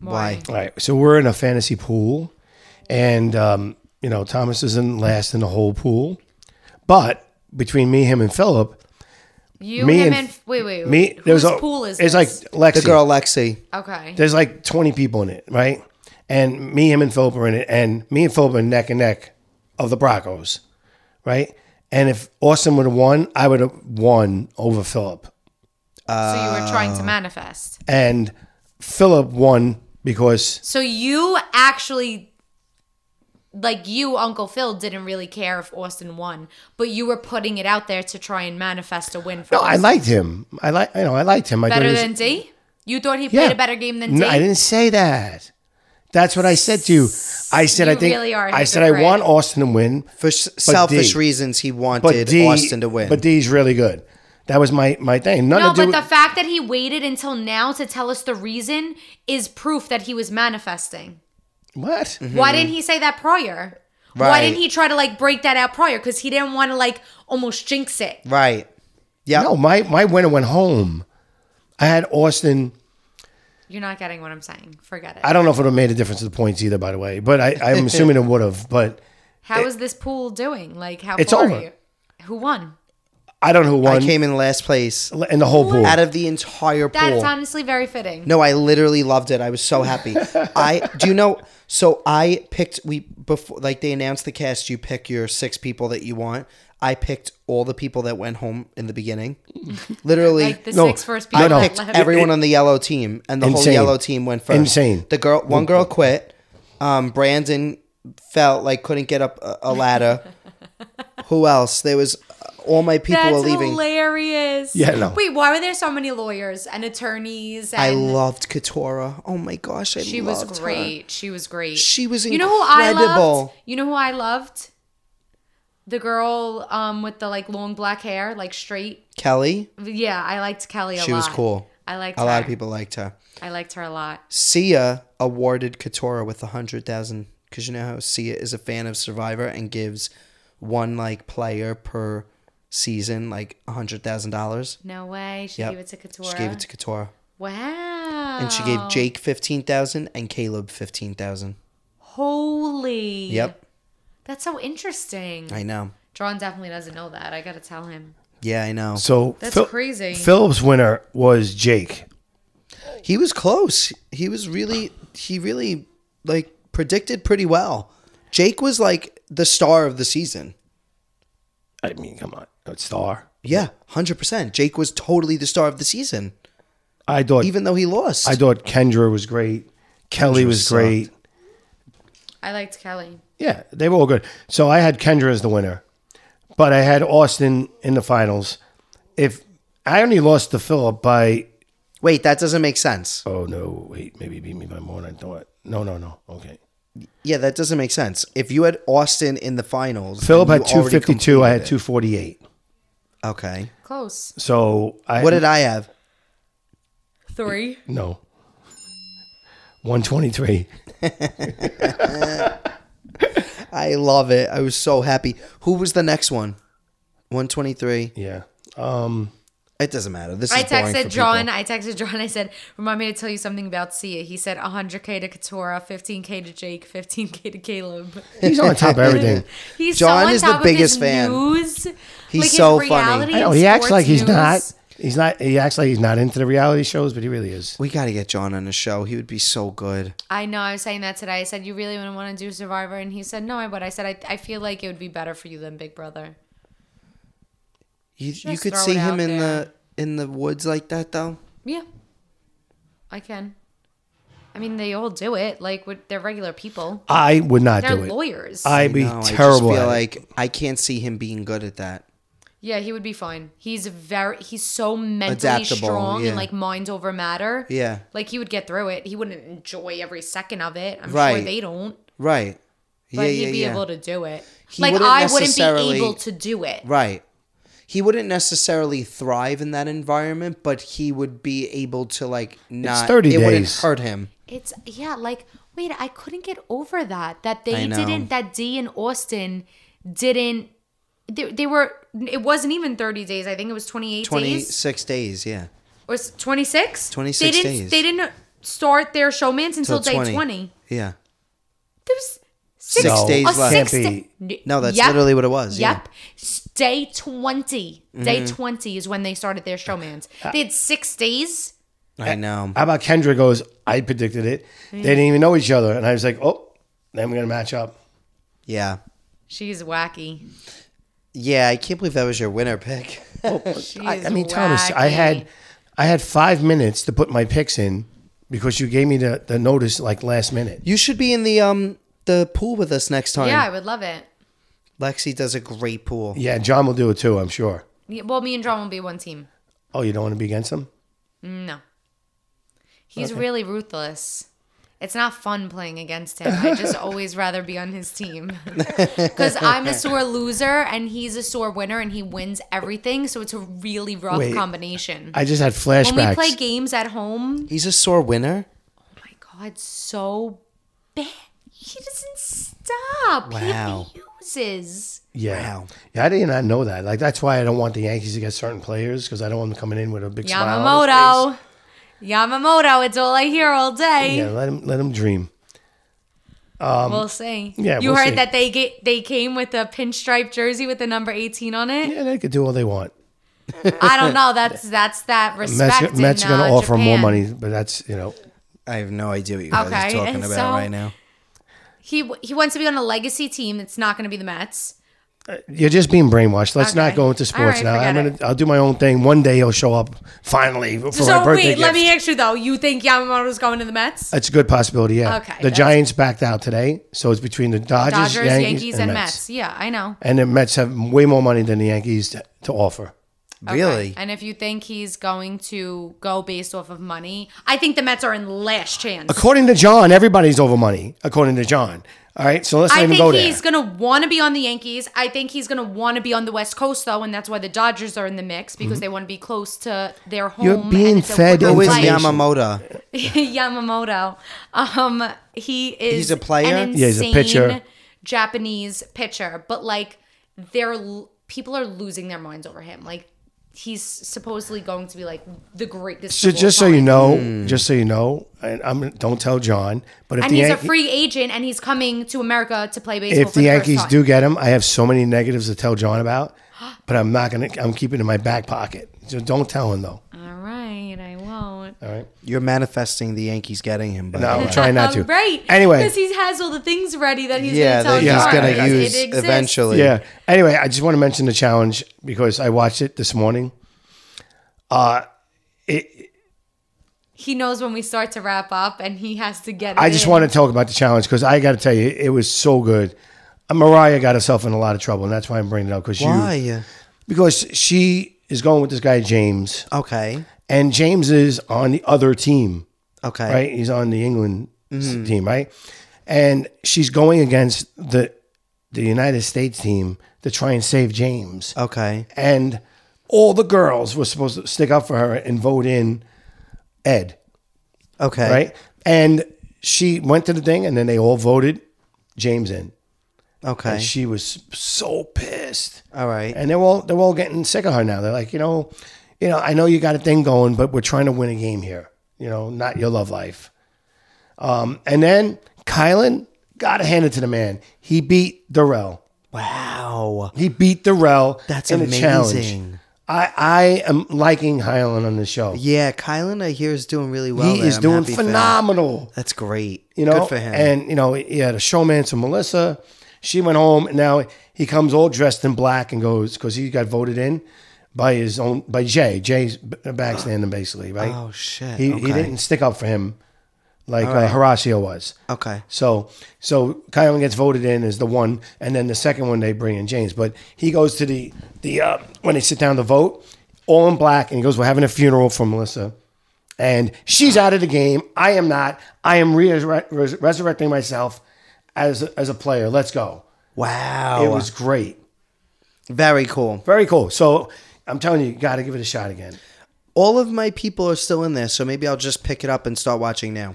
[SPEAKER 3] why?
[SPEAKER 5] All right. So we're in a fantasy pool, and um, you know Thomas isn't last in the whole pool, but between me, him, and Philip,
[SPEAKER 4] You
[SPEAKER 5] me
[SPEAKER 4] him
[SPEAKER 5] and,
[SPEAKER 4] and, wait, wait, wait.
[SPEAKER 5] me, there's
[SPEAKER 4] Whose
[SPEAKER 5] a
[SPEAKER 4] pool is
[SPEAKER 5] it's
[SPEAKER 4] this?
[SPEAKER 5] like Lexi.
[SPEAKER 3] The girl Lexi.
[SPEAKER 4] Okay.
[SPEAKER 5] There's like 20 people in it, right? And me, him, and Philip are in it, and me and Philip are neck and neck of the Broncos, right? And if Austin would have won, I would have won over Philip.
[SPEAKER 4] so you were trying
[SPEAKER 3] Uh,
[SPEAKER 4] to manifest.
[SPEAKER 5] and Philip won because
[SPEAKER 4] So you actually, like you, Uncle Phil didn't really care if Austin won, but you were putting it out there to try and manifest a win for
[SPEAKER 5] no, I
[SPEAKER 4] Austin.
[SPEAKER 5] liked him. I like you know I liked him. I thought
[SPEAKER 4] better
[SPEAKER 5] he was-
[SPEAKER 4] than D. You thought he
[SPEAKER 5] Yeah.
[SPEAKER 4] played a better game than D.
[SPEAKER 5] No, I didn't say that. That's what I said to you. I said I
[SPEAKER 4] You
[SPEAKER 5] think
[SPEAKER 4] really are a
[SPEAKER 5] I said I
[SPEAKER 4] hypocrite.
[SPEAKER 5] want Austin to win,
[SPEAKER 3] For s- selfish
[SPEAKER 5] D-
[SPEAKER 3] reasons, he
[SPEAKER 5] but
[SPEAKER 3] wanted
[SPEAKER 5] D,
[SPEAKER 3] Austin to win.
[SPEAKER 5] But D's really good. That was my my thing. None
[SPEAKER 4] No,
[SPEAKER 5] to do
[SPEAKER 4] but the
[SPEAKER 5] with,
[SPEAKER 4] fact that he waited until now to tell us the reason is proof that he was manifesting.
[SPEAKER 5] what?
[SPEAKER 4] Why didn't he say that prior? Why
[SPEAKER 3] Right.
[SPEAKER 4] didn't he try to like break that out prior? Because he didn't want to like almost jinx it.
[SPEAKER 3] right. Yeah.
[SPEAKER 5] No, my my winner went home. I had Austin.
[SPEAKER 4] You're not getting what I'm saying. Forget it.
[SPEAKER 5] I don't know if it would have made a difference to the points either, by the way. But I, I'm assuming it would have. But
[SPEAKER 4] How is this pool doing? Like how
[SPEAKER 5] It's
[SPEAKER 4] far
[SPEAKER 5] over.
[SPEAKER 4] are you? Who won?
[SPEAKER 5] I don't know who
[SPEAKER 3] I
[SPEAKER 5] won
[SPEAKER 3] came in last place
[SPEAKER 5] in the whole pool.
[SPEAKER 3] out of the entire
[SPEAKER 4] That's
[SPEAKER 3] pool.
[SPEAKER 4] honestly very fitting.
[SPEAKER 3] No, I literally loved it. I was so happy. I do you know so I picked we before like they announced the cast, you pick your six people that you want. I picked all the people that went home in the beginning. Literally
[SPEAKER 4] Like the
[SPEAKER 5] No,
[SPEAKER 4] six first
[SPEAKER 5] no,
[SPEAKER 4] people.
[SPEAKER 5] no.
[SPEAKER 4] that
[SPEAKER 3] picked
[SPEAKER 4] left.
[SPEAKER 3] everyone on the yellow team, and the whole
[SPEAKER 5] Insane.
[SPEAKER 3] yellow team went first.
[SPEAKER 5] Insane.
[SPEAKER 3] The girl, one girl quit. Um, Brandon felt like couldn't get up a, a ladder. Who else? There was uh, all my people
[SPEAKER 4] That's
[SPEAKER 3] were leaving.
[SPEAKER 4] hilarious.
[SPEAKER 5] Yeah, no.
[SPEAKER 4] Wait, why were there so many lawyers and attorneys? And
[SPEAKER 3] I loved Katora. Oh my gosh, I
[SPEAKER 4] She was
[SPEAKER 3] loved her.
[SPEAKER 4] great. She was great.
[SPEAKER 3] She was
[SPEAKER 4] You know who I loved?
[SPEAKER 3] incredible.
[SPEAKER 4] You know who I loved? The girl um with the like long black hair, like straight.
[SPEAKER 3] Kelly,
[SPEAKER 4] Yeah, I liked Kelly a lot.
[SPEAKER 3] she was cool.
[SPEAKER 4] I liked
[SPEAKER 3] A
[SPEAKER 4] her.
[SPEAKER 3] lot of people liked her.
[SPEAKER 4] I liked her a lot.
[SPEAKER 3] Sia awarded Katora with a hundred thousand because you know how Sia is a fan of Survivor and gives one like player per season like a hundred thousand dollars.
[SPEAKER 4] No way. She
[SPEAKER 3] Yep.
[SPEAKER 4] gave it to Katora.
[SPEAKER 3] She gave it to Katora.
[SPEAKER 4] Wow.
[SPEAKER 3] And she gave Jake 15,000 and Caleb 15,000.
[SPEAKER 4] Holy.
[SPEAKER 3] Yep.
[SPEAKER 4] That's so interesting.
[SPEAKER 3] I know.
[SPEAKER 4] John definitely doesn't know that. I gotta tell him.
[SPEAKER 3] Yeah, I know.
[SPEAKER 5] so
[SPEAKER 4] That's
[SPEAKER 5] Phil-
[SPEAKER 4] crazy.
[SPEAKER 5] Philip's winner was Jake.
[SPEAKER 3] He was close. He was really he really like predicted pretty well. Jake was like the star of the season.
[SPEAKER 5] I mean, come on, a star.
[SPEAKER 3] Yeah, 100%. Jake was totally the star of the season
[SPEAKER 5] I thought
[SPEAKER 3] even though he lost.
[SPEAKER 5] I thought Kendra was great. Kelly
[SPEAKER 3] Kendra
[SPEAKER 5] was
[SPEAKER 3] sucked.
[SPEAKER 5] great.
[SPEAKER 4] I liked Kelly.
[SPEAKER 5] Yeah, they were all good. So I had Kendra as the winner, but I had Austin in the finals. If I only lost to Philip by
[SPEAKER 3] Wait, that doesn't make sense.
[SPEAKER 5] oh no, wait, maybe he beat me by more than I thought. No, no, no. Okay,
[SPEAKER 3] Yeah, that doesn't make sense. If you had Austin in the finals,
[SPEAKER 5] Philip
[SPEAKER 3] and
[SPEAKER 5] had
[SPEAKER 3] you
[SPEAKER 5] two
[SPEAKER 3] already
[SPEAKER 5] fifty two. I had
[SPEAKER 3] completed
[SPEAKER 5] two forty eight.
[SPEAKER 3] it- Okay.
[SPEAKER 4] Close.
[SPEAKER 5] So I
[SPEAKER 3] What did I have?
[SPEAKER 4] Three.
[SPEAKER 5] no one twenty three.
[SPEAKER 3] I love it. I was so happy. Who was the next one? 123.
[SPEAKER 5] Yeah. Um.
[SPEAKER 3] It doesn't matter. This
[SPEAKER 4] I
[SPEAKER 3] is boring
[SPEAKER 4] texted
[SPEAKER 3] for
[SPEAKER 4] John.
[SPEAKER 3] people.
[SPEAKER 4] I texted John. I said, "Remind me to tell you something about Sia." He said, "100k to Katora, 15k to Jake, 15k to Caleb."
[SPEAKER 5] He's on top of everything.
[SPEAKER 4] He's
[SPEAKER 3] John
[SPEAKER 4] so on
[SPEAKER 3] is the
[SPEAKER 4] top of his
[SPEAKER 3] biggest fan.
[SPEAKER 4] News. like his
[SPEAKER 3] so funny.
[SPEAKER 4] reality
[SPEAKER 5] I know,
[SPEAKER 4] and
[SPEAKER 5] he acts
[SPEAKER 4] sports
[SPEAKER 5] like he's
[SPEAKER 4] news.
[SPEAKER 5] not. He's not. He acts like he's not into the reality shows, but he really is.
[SPEAKER 3] We got to get John on the show. He would be so good.
[SPEAKER 4] I know. I was saying that today. I said, "You really wouldn't want to do Survivor," and he said, "No, I would." I said, "I, I feel like it would be better for you than Big Brother."
[SPEAKER 3] You, you could
[SPEAKER 4] throw
[SPEAKER 3] see
[SPEAKER 4] it
[SPEAKER 3] him
[SPEAKER 4] out
[SPEAKER 3] in
[SPEAKER 4] there.
[SPEAKER 3] the in the woods like that though.
[SPEAKER 4] Yeah, I can. I mean, they all do it. Like, with, they're regular people.
[SPEAKER 5] I would not
[SPEAKER 4] They're
[SPEAKER 5] do it.
[SPEAKER 4] lawyers.
[SPEAKER 5] I'd be
[SPEAKER 3] No, I just
[SPEAKER 5] terrible.
[SPEAKER 3] feel
[SPEAKER 5] at it.
[SPEAKER 3] like I can't see him being good at that.
[SPEAKER 4] Yeah, he would be fine. He's very he's so mentally
[SPEAKER 3] Adaptable,
[SPEAKER 4] strong
[SPEAKER 3] yeah.
[SPEAKER 4] and like mind over matter.
[SPEAKER 3] Yeah.
[SPEAKER 4] Like he would get through it. He wouldn't enjoy every second of it. I'm sure
[SPEAKER 3] Right.
[SPEAKER 4] they don't.
[SPEAKER 3] Right.
[SPEAKER 4] But he'd be able to do it.
[SPEAKER 3] He
[SPEAKER 4] like
[SPEAKER 3] wouldn't
[SPEAKER 4] I wouldn't be
[SPEAKER 3] necessarily-
[SPEAKER 4] able to do it.
[SPEAKER 3] Right. He wouldn't necessarily thrive in that environment, but he would be able to like not.
[SPEAKER 5] 30
[SPEAKER 3] it wouldn't
[SPEAKER 5] days.
[SPEAKER 3] hurt him.
[SPEAKER 4] It's yeah, like wait, I couldn't get over that that they
[SPEAKER 3] I know.
[SPEAKER 4] didn't that Dee and Austin didn't they, they were it wasn't even 30 days. I think it was 28
[SPEAKER 3] Twenty
[SPEAKER 4] days.
[SPEAKER 3] six days. Yeah.
[SPEAKER 4] Or 26?
[SPEAKER 3] 26
[SPEAKER 4] they didn't,
[SPEAKER 3] days.
[SPEAKER 4] They didn't start their showmans until
[SPEAKER 3] Till
[SPEAKER 4] day 20.
[SPEAKER 3] Yeah.
[SPEAKER 4] There's
[SPEAKER 3] Six
[SPEAKER 5] No,
[SPEAKER 3] days
[SPEAKER 4] a
[SPEAKER 5] can't
[SPEAKER 3] left.
[SPEAKER 4] six
[SPEAKER 5] be.
[SPEAKER 4] day-
[SPEAKER 3] No, that's
[SPEAKER 4] Yep.
[SPEAKER 3] literally what it was. Mm-hmm.
[SPEAKER 4] Yep. S- Day 20. Day 20 is when they started their showmans.
[SPEAKER 5] Uh,
[SPEAKER 4] They had six days.
[SPEAKER 3] Yeah. I know.
[SPEAKER 5] How about Kendra goes, I predicted it. They didn't even know each other. And I was like, oh, then we're going to match up.
[SPEAKER 3] Yeah.
[SPEAKER 4] She's wacky.
[SPEAKER 3] Yeah. I can't believe that was your winner pick.
[SPEAKER 5] I, I
[SPEAKER 4] She's
[SPEAKER 5] mean, Thomas, I
[SPEAKER 4] wacky.
[SPEAKER 5] had I had five minutes to put my picks in because you gave me the, the notice like last minute.
[SPEAKER 3] You should be in the um the pool with us next time.
[SPEAKER 4] Yeah, I would love it.
[SPEAKER 3] Lexi does a great pool.
[SPEAKER 5] Yeah, John will do it too, I'm sure.
[SPEAKER 4] Yeah, Well, me and John will be one team.
[SPEAKER 5] Oh, you don't want to be against him?
[SPEAKER 4] No. He's really ruthless. It's not fun playing against him. I just always rather be on his team. Because I'm a sore loser and he's a sore winner and he wins everything. So it's a really rough
[SPEAKER 5] Wait,
[SPEAKER 4] combination.
[SPEAKER 5] I just had
[SPEAKER 4] when we
[SPEAKER 5] flashbacks.
[SPEAKER 4] play games at home,
[SPEAKER 3] He's a sore winner.
[SPEAKER 4] oh my God, so bad. He doesn't stop.
[SPEAKER 3] Wow.
[SPEAKER 4] He abuses.
[SPEAKER 5] yeah.
[SPEAKER 3] Wow.
[SPEAKER 5] Yeah, I did not know that. Like, that's why I don't want the Yankees to get certain players because I don't want them coming in with a big smile. on their face.
[SPEAKER 4] Yamamoto. Yamamoto. It's all I hear all day.
[SPEAKER 5] Yeah, let him, let him dream.
[SPEAKER 4] we'll see.
[SPEAKER 5] yeah,
[SPEAKER 4] you
[SPEAKER 5] we'll
[SPEAKER 4] heard
[SPEAKER 5] see.
[SPEAKER 4] that they get they came with a pinstripe jersey with the number eighteen on it.
[SPEAKER 5] Yeah, they could do all they want.
[SPEAKER 4] I don't know. That's that's that respect.
[SPEAKER 5] Mets,
[SPEAKER 4] in,
[SPEAKER 5] Mets are going to
[SPEAKER 4] uh,
[SPEAKER 5] offer him more
[SPEAKER 4] Japan.
[SPEAKER 5] money, but that's, you know,
[SPEAKER 3] I have no idea what you guys
[SPEAKER 4] Okay,
[SPEAKER 3] are talking
[SPEAKER 4] and
[SPEAKER 3] about
[SPEAKER 4] so-
[SPEAKER 3] right now.
[SPEAKER 4] He he wants to be on a legacy team that's not going to be the Mets.
[SPEAKER 5] You're just being brainwashed. Let's not
[SPEAKER 4] Okay.
[SPEAKER 5] go into
[SPEAKER 4] All
[SPEAKER 5] sports
[SPEAKER 4] right,
[SPEAKER 5] now. I'm
[SPEAKER 4] forget
[SPEAKER 5] gonna. I'll do my own thing. One day he'll show up finally for
[SPEAKER 4] So,
[SPEAKER 5] my
[SPEAKER 4] wait,
[SPEAKER 5] birthday gift.
[SPEAKER 4] let me ask you though. You think Yamamoto's going to the Mets?
[SPEAKER 5] It's a good possibility. Yeah.
[SPEAKER 4] Okay,
[SPEAKER 5] The
[SPEAKER 4] that's-
[SPEAKER 5] Giants backed out today, so it's between the Dodgers,
[SPEAKER 4] Dodgers,
[SPEAKER 5] Yankees,
[SPEAKER 4] Yankees,
[SPEAKER 5] and,
[SPEAKER 4] and
[SPEAKER 5] Mets.
[SPEAKER 4] Mets. Yeah, I know.
[SPEAKER 5] And the Mets have way more money than the Yankees to, to offer.
[SPEAKER 4] Okay.
[SPEAKER 3] Really?
[SPEAKER 4] And if you think he's going to go based off of money, I think the Mets are in last chance.
[SPEAKER 5] According to John, everybody's over money. According to John. All right, so let's not
[SPEAKER 4] I
[SPEAKER 5] even go
[SPEAKER 4] think
[SPEAKER 5] there.
[SPEAKER 4] he's going to want to be on the Yankees. I think he's going to want to be on the West Coast, though, and that's why the Dodgers are in the mix because they want to be close to their home.
[SPEAKER 5] Mm-hmm. You're being
[SPEAKER 4] and it's a
[SPEAKER 5] fed
[SPEAKER 4] wooden
[SPEAKER 3] Who is
[SPEAKER 5] Like-
[SPEAKER 4] place.
[SPEAKER 3] Yamamoto?
[SPEAKER 4] Yamamoto. Um, he is.
[SPEAKER 3] He's a player?
[SPEAKER 4] An insane
[SPEAKER 5] Yeah, he's a pitcher.
[SPEAKER 4] Japanese pitcher, but like they're l- people are losing their minds over him. Like he's supposedly going to be like the greatest.
[SPEAKER 5] so
[SPEAKER 4] of all
[SPEAKER 5] just so you
[SPEAKER 4] time.
[SPEAKER 5] know, just so you know, and I'm don't tell John, but if
[SPEAKER 4] And
[SPEAKER 5] the
[SPEAKER 4] he's
[SPEAKER 5] Yankee-
[SPEAKER 4] a free agent, and he's coming to America to play baseball.
[SPEAKER 5] if
[SPEAKER 4] for
[SPEAKER 5] the
[SPEAKER 4] first
[SPEAKER 5] Yankees
[SPEAKER 4] time.
[SPEAKER 5] do get him, I have so many negatives to tell John about, but I'm not gonna. I'm keeping it in my back pocket. So don't tell him though.
[SPEAKER 4] all right, I won't.
[SPEAKER 5] All right.
[SPEAKER 3] You're manifesting the Yankees getting him. By
[SPEAKER 5] No,
[SPEAKER 3] the
[SPEAKER 5] I'm
[SPEAKER 3] way.
[SPEAKER 5] trying not to.
[SPEAKER 4] Um, Right.
[SPEAKER 5] Anyway.
[SPEAKER 4] Because he has all the things ready that he's
[SPEAKER 3] Yeah,
[SPEAKER 4] going
[SPEAKER 3] that
[SPEAKER 4] to
[SPEAKER 5] Yeah.
[SPEAKER 4] tell
[SPEAKER 3] he's
[SPEAKER 4] John.
[SPEAKER 3] going to
[SPEAKER 4] It
[SPEAKER 3] use
[SPEAKER 4] exists.
[SPEAKER 3] eventually.
[SPEAKER 5] Yeah. Anyway, I just want to mention the challenge because I watched it this morning.
[SPEAKER 4] He knows when we start to wrap up, and he has to get.
[SPEAKER 5] I
[SPEAKER 4] it
[SPEAKER 5] just
[SPEAKER 4] in.
[SPEAKER 5] want to talk about the challenge because I got to tell you, it was so good. Uh, Mariah got herself in a lot of trouble, and that's why I'm bringing it up because you
[SPEAKER 3] Why?
[SPEAKER 5] because she is going with this guy James,
[SPEAKER 3] Okay.
[SPEAKER 5] and James is on the other team.
[SPEAKER 3] Okay.
[SPEAKER 5] right? He's on the England s- team, right? And she's going against the the United States team to try and save James.
[SPEAKER 3] Okay.
[SPEAKER 5] And all the girls were supposed to stick up for her and vote in Ed,
[SPEAKER 3] Okay.
[SPEAKER 5] right? And she went to the thing, and then they all voted James in.
[SPEAKER 3] Okay.
[SPEAKER 5] And she was so pissed.
[SPEAKER 3] All right.
[SPEAKER 5] And they're all they're all getting sick of her now. They're like, you know, you know, I know you got a thing going, but we're trying to win a game here. You know, not your love life. Um, and then Kylan got to hand it to the man. He beat Darrell.
[SPEAKER 3] wow.
[SPEAKER 5] He beat Darrell.
[SPEAKER 3] That's
[SPEAKER 5] in A challenge.
[SPEAKER 3] amazing.
[SPEAKER 5] I I am liking Kylan on the show.
[SPEAKER 3] Yeah, Kylan, I hear is doing really well.
[SPEAKER 5] he
[SPEAKER 3] there.
[SPEAKER 5] is
[SPEAKER 3] I'm
[SPEAKER 5] doing
[SPEAKER 3] happy for him.
[SPEAKER 5] phenomenal.
[SPEAKER 3] That's great.
[SPEAKER 5] You know,
[SPEAKER 3] good for him.
[SPEAKER 5] And you know, he had a showman to Melissa. She went home, and now he comes all dressed in black and goes because he got voted in by his own by Jay. Jay's b- backstanding basically, right?
[SPEAKER 3] oh shit.
[SPEAKER 5] he
[SPEAKER 3] okay.
[SPEAKER 5] he didn't stick up for him like uh, Horacio was.
[SPEAKER 3] Oh. Okay.
[SPEAKER 5] So so Kylan gets voted in as the one, and then the second one they bring in James. But he goes to the the uh, when they sit down to vote, all in black, and he goes, "We're having a funeral for Melissa." And she's out of the game. I am not. I am resurre- res- resurrecting myself as a, as a player. Let's go.
[SPEAKER 3] Oh, Wow.
[SPEAKER 5] It was great,
[SPEAKER 3] very cool.
[SPEAKER 5] very cool. So I'm telling you, you got to give it a shot again.
[SPEAKER 3] All of my people are still in there, so maybe I'll just pick it up and start watching now.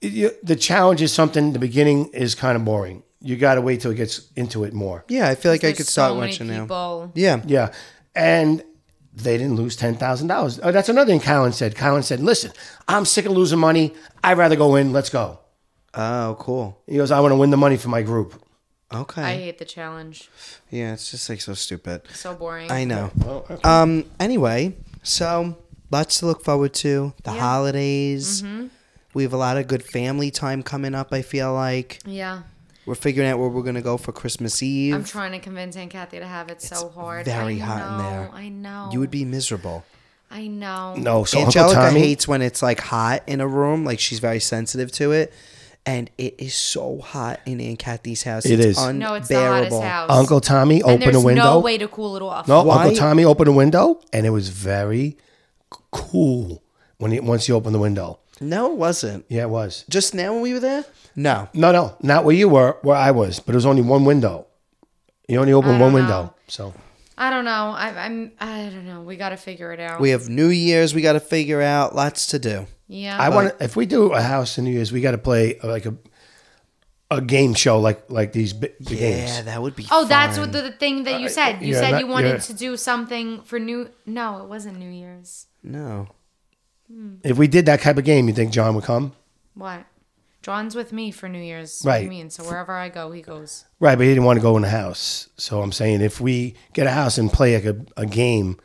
[SPEAKER 5] you- the challenge is something the beginning is kind of boring you got to wait till it gets into it more
[SPEAKER 3] Yeah, I feel like I
[SPEAKER 4] There's
[SPEAKER 3] could start
[SPEAKER 4] so many
[SPEAKER 3] watching now.
[SPEAKER 4] people.
[SPEAKER 3] Yeah.
[SPEAKER 5] yeah and they didn't lose $10000 oh, that's another thing colin said colin said listen i'm sick of losing money i'd rather go in let's go
[SPEAKER 3] Oh, cool.
[SPEAKER 5] he goes i want to win the money for my group
[SPEAKER 3] Okay.
[SPEAKER 4] I hate the challenge.
[SPEAKER 3] yeah, it's just like so stupid.
[SPEAKER 4] So boring.
[SPEAKER 3] I know. Um. Anyway, so lots to look forward to. The holidays.
[SPEAKER 4] Mm-hmm.
[SPEAKER 3] We have a lot of good family time coming up. I feel like
[SPEAKER 4] yeah.
[SPEAKER 3] we're figuring out where we're gonna go for Christmas Eve.
[SPEAKER 4] I'm trying to convince Aunt Kathy to have it so hard.
[SPEAKER 3] very
[SPEAKER 4] I
[SPEAKER 3] hot in
[SPEAKER 4] know,
[SPEAKER 3] there.
[SPEAKER 4] I know.
[SPEAKER 3] you would be miserable.
[SPEAKER 4] I know.
[SPEAKER 5] no so
[SPEAKER 3] Angelica
[SPEAKER 5] Uncle Tommy,
[SPEAKER 3] hates when it's like hot in a room. Like she's very sensitive to it. And it is so hot in Aunt Kathy's house.
[SPEAKER 5] It
[SPEAKER 3] it's
[SPEAKER 5] is.
[SPEAKER 3] Unbearable.
[SPEAKER 4] No, it's the hottest house.
[SPEAKER 5] uncle tommy
[SPEAKER 4] and
[SPEAKER 5] opened
[SPEAKER 4] there's
[SPEAKER 5] a window
[SPEAKER 4] no way to cool it off.
[SPEAKER 5] No,
[SPEAKER 3] Why-
[SPEAKER 5] Uncle Tommy opened a window, and it was very c- cool when he once he opened the window.
[SPEAKER 3] No, it wasn't.
[SPEAKER 5] Yeah, it was.
[SPEAKER 3] Just now when we were there? No.
[SPEAKER 5] No, no, not where you were, where I was, but it was only one window. You only opened one window, so
[SPEAKER 4] I don't know. I, I'm. I don't know. We got to figure it out.
[SPEAKER 3] We have New Year's we got to figure out. Lots to do.
[SPEAKER 4] yeah.
[SPEAKER 5] I want. to If we do a house in New Year's, we got to play uh, like a a game show, like like these big
[SPEAKER 3] Yeah,
[SPEAKER 5] games.
[SPEAKER 3] that would be
[SPEAKER 4] oh, that's
[SPEAKER 3] fun.
[SPEAKER 4] what the, the thing that you said. You
[SPEAKER 5] Uh, yeah,
[SPEAKER 4] said
[SPEAKER 5] that-
[SPEAKER 4] you wanted
[SPEAKER 5] yeah.
[SPEAKER 4] to do something for new. No, it wasn't New Year's.
[SPEAKER 3] No.
[SPEAKER 5] If we did that type of game, you think John would come?
[SPEAKER 4] What? John's with me for New Year's. What do
[SPEAKER 5] Right.
[SPEAKER 4] you mean? So wherever I go, he goes.
[SPEAKER 5] Right, but he didn't want to go in the house. So I'm saying if we get a house and play like a, a game,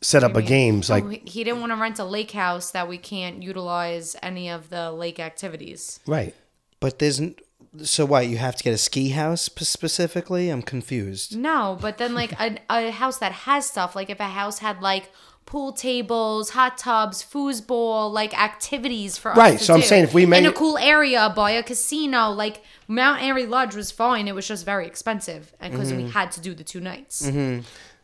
[SPEAKER 5] set up a games like
[SPEAKER 4] Oh, he- he didn't want to rent a lake house that we can't utilize any of the lake activities.
[SPEAKER 5] right.
[SPEAKER 3] But there's n- so why you have to get a ski house p- specifically? I'm confused.
[SPEAKER 4] No, but then like a, a house that has stuff, like if a house had like pool tables, hot tubs, foosball, like activities for
[SPEAKER 5] Right,
[SPEAKER 4] us to
[SPEAKER 5] so I'm
[SPEAKER 4] do.
[SPEAKER 5] saying if we
[SPEAKER 4] in
[SPEAKER 5] made-
[SPEAKER 4] a cool area by a casino, like Mount Airy Lodge was fine. It was just very expensive, and because
[SPEAKER 5] Mm-hmm.
[SPEAKER 4] we had to do the two nights.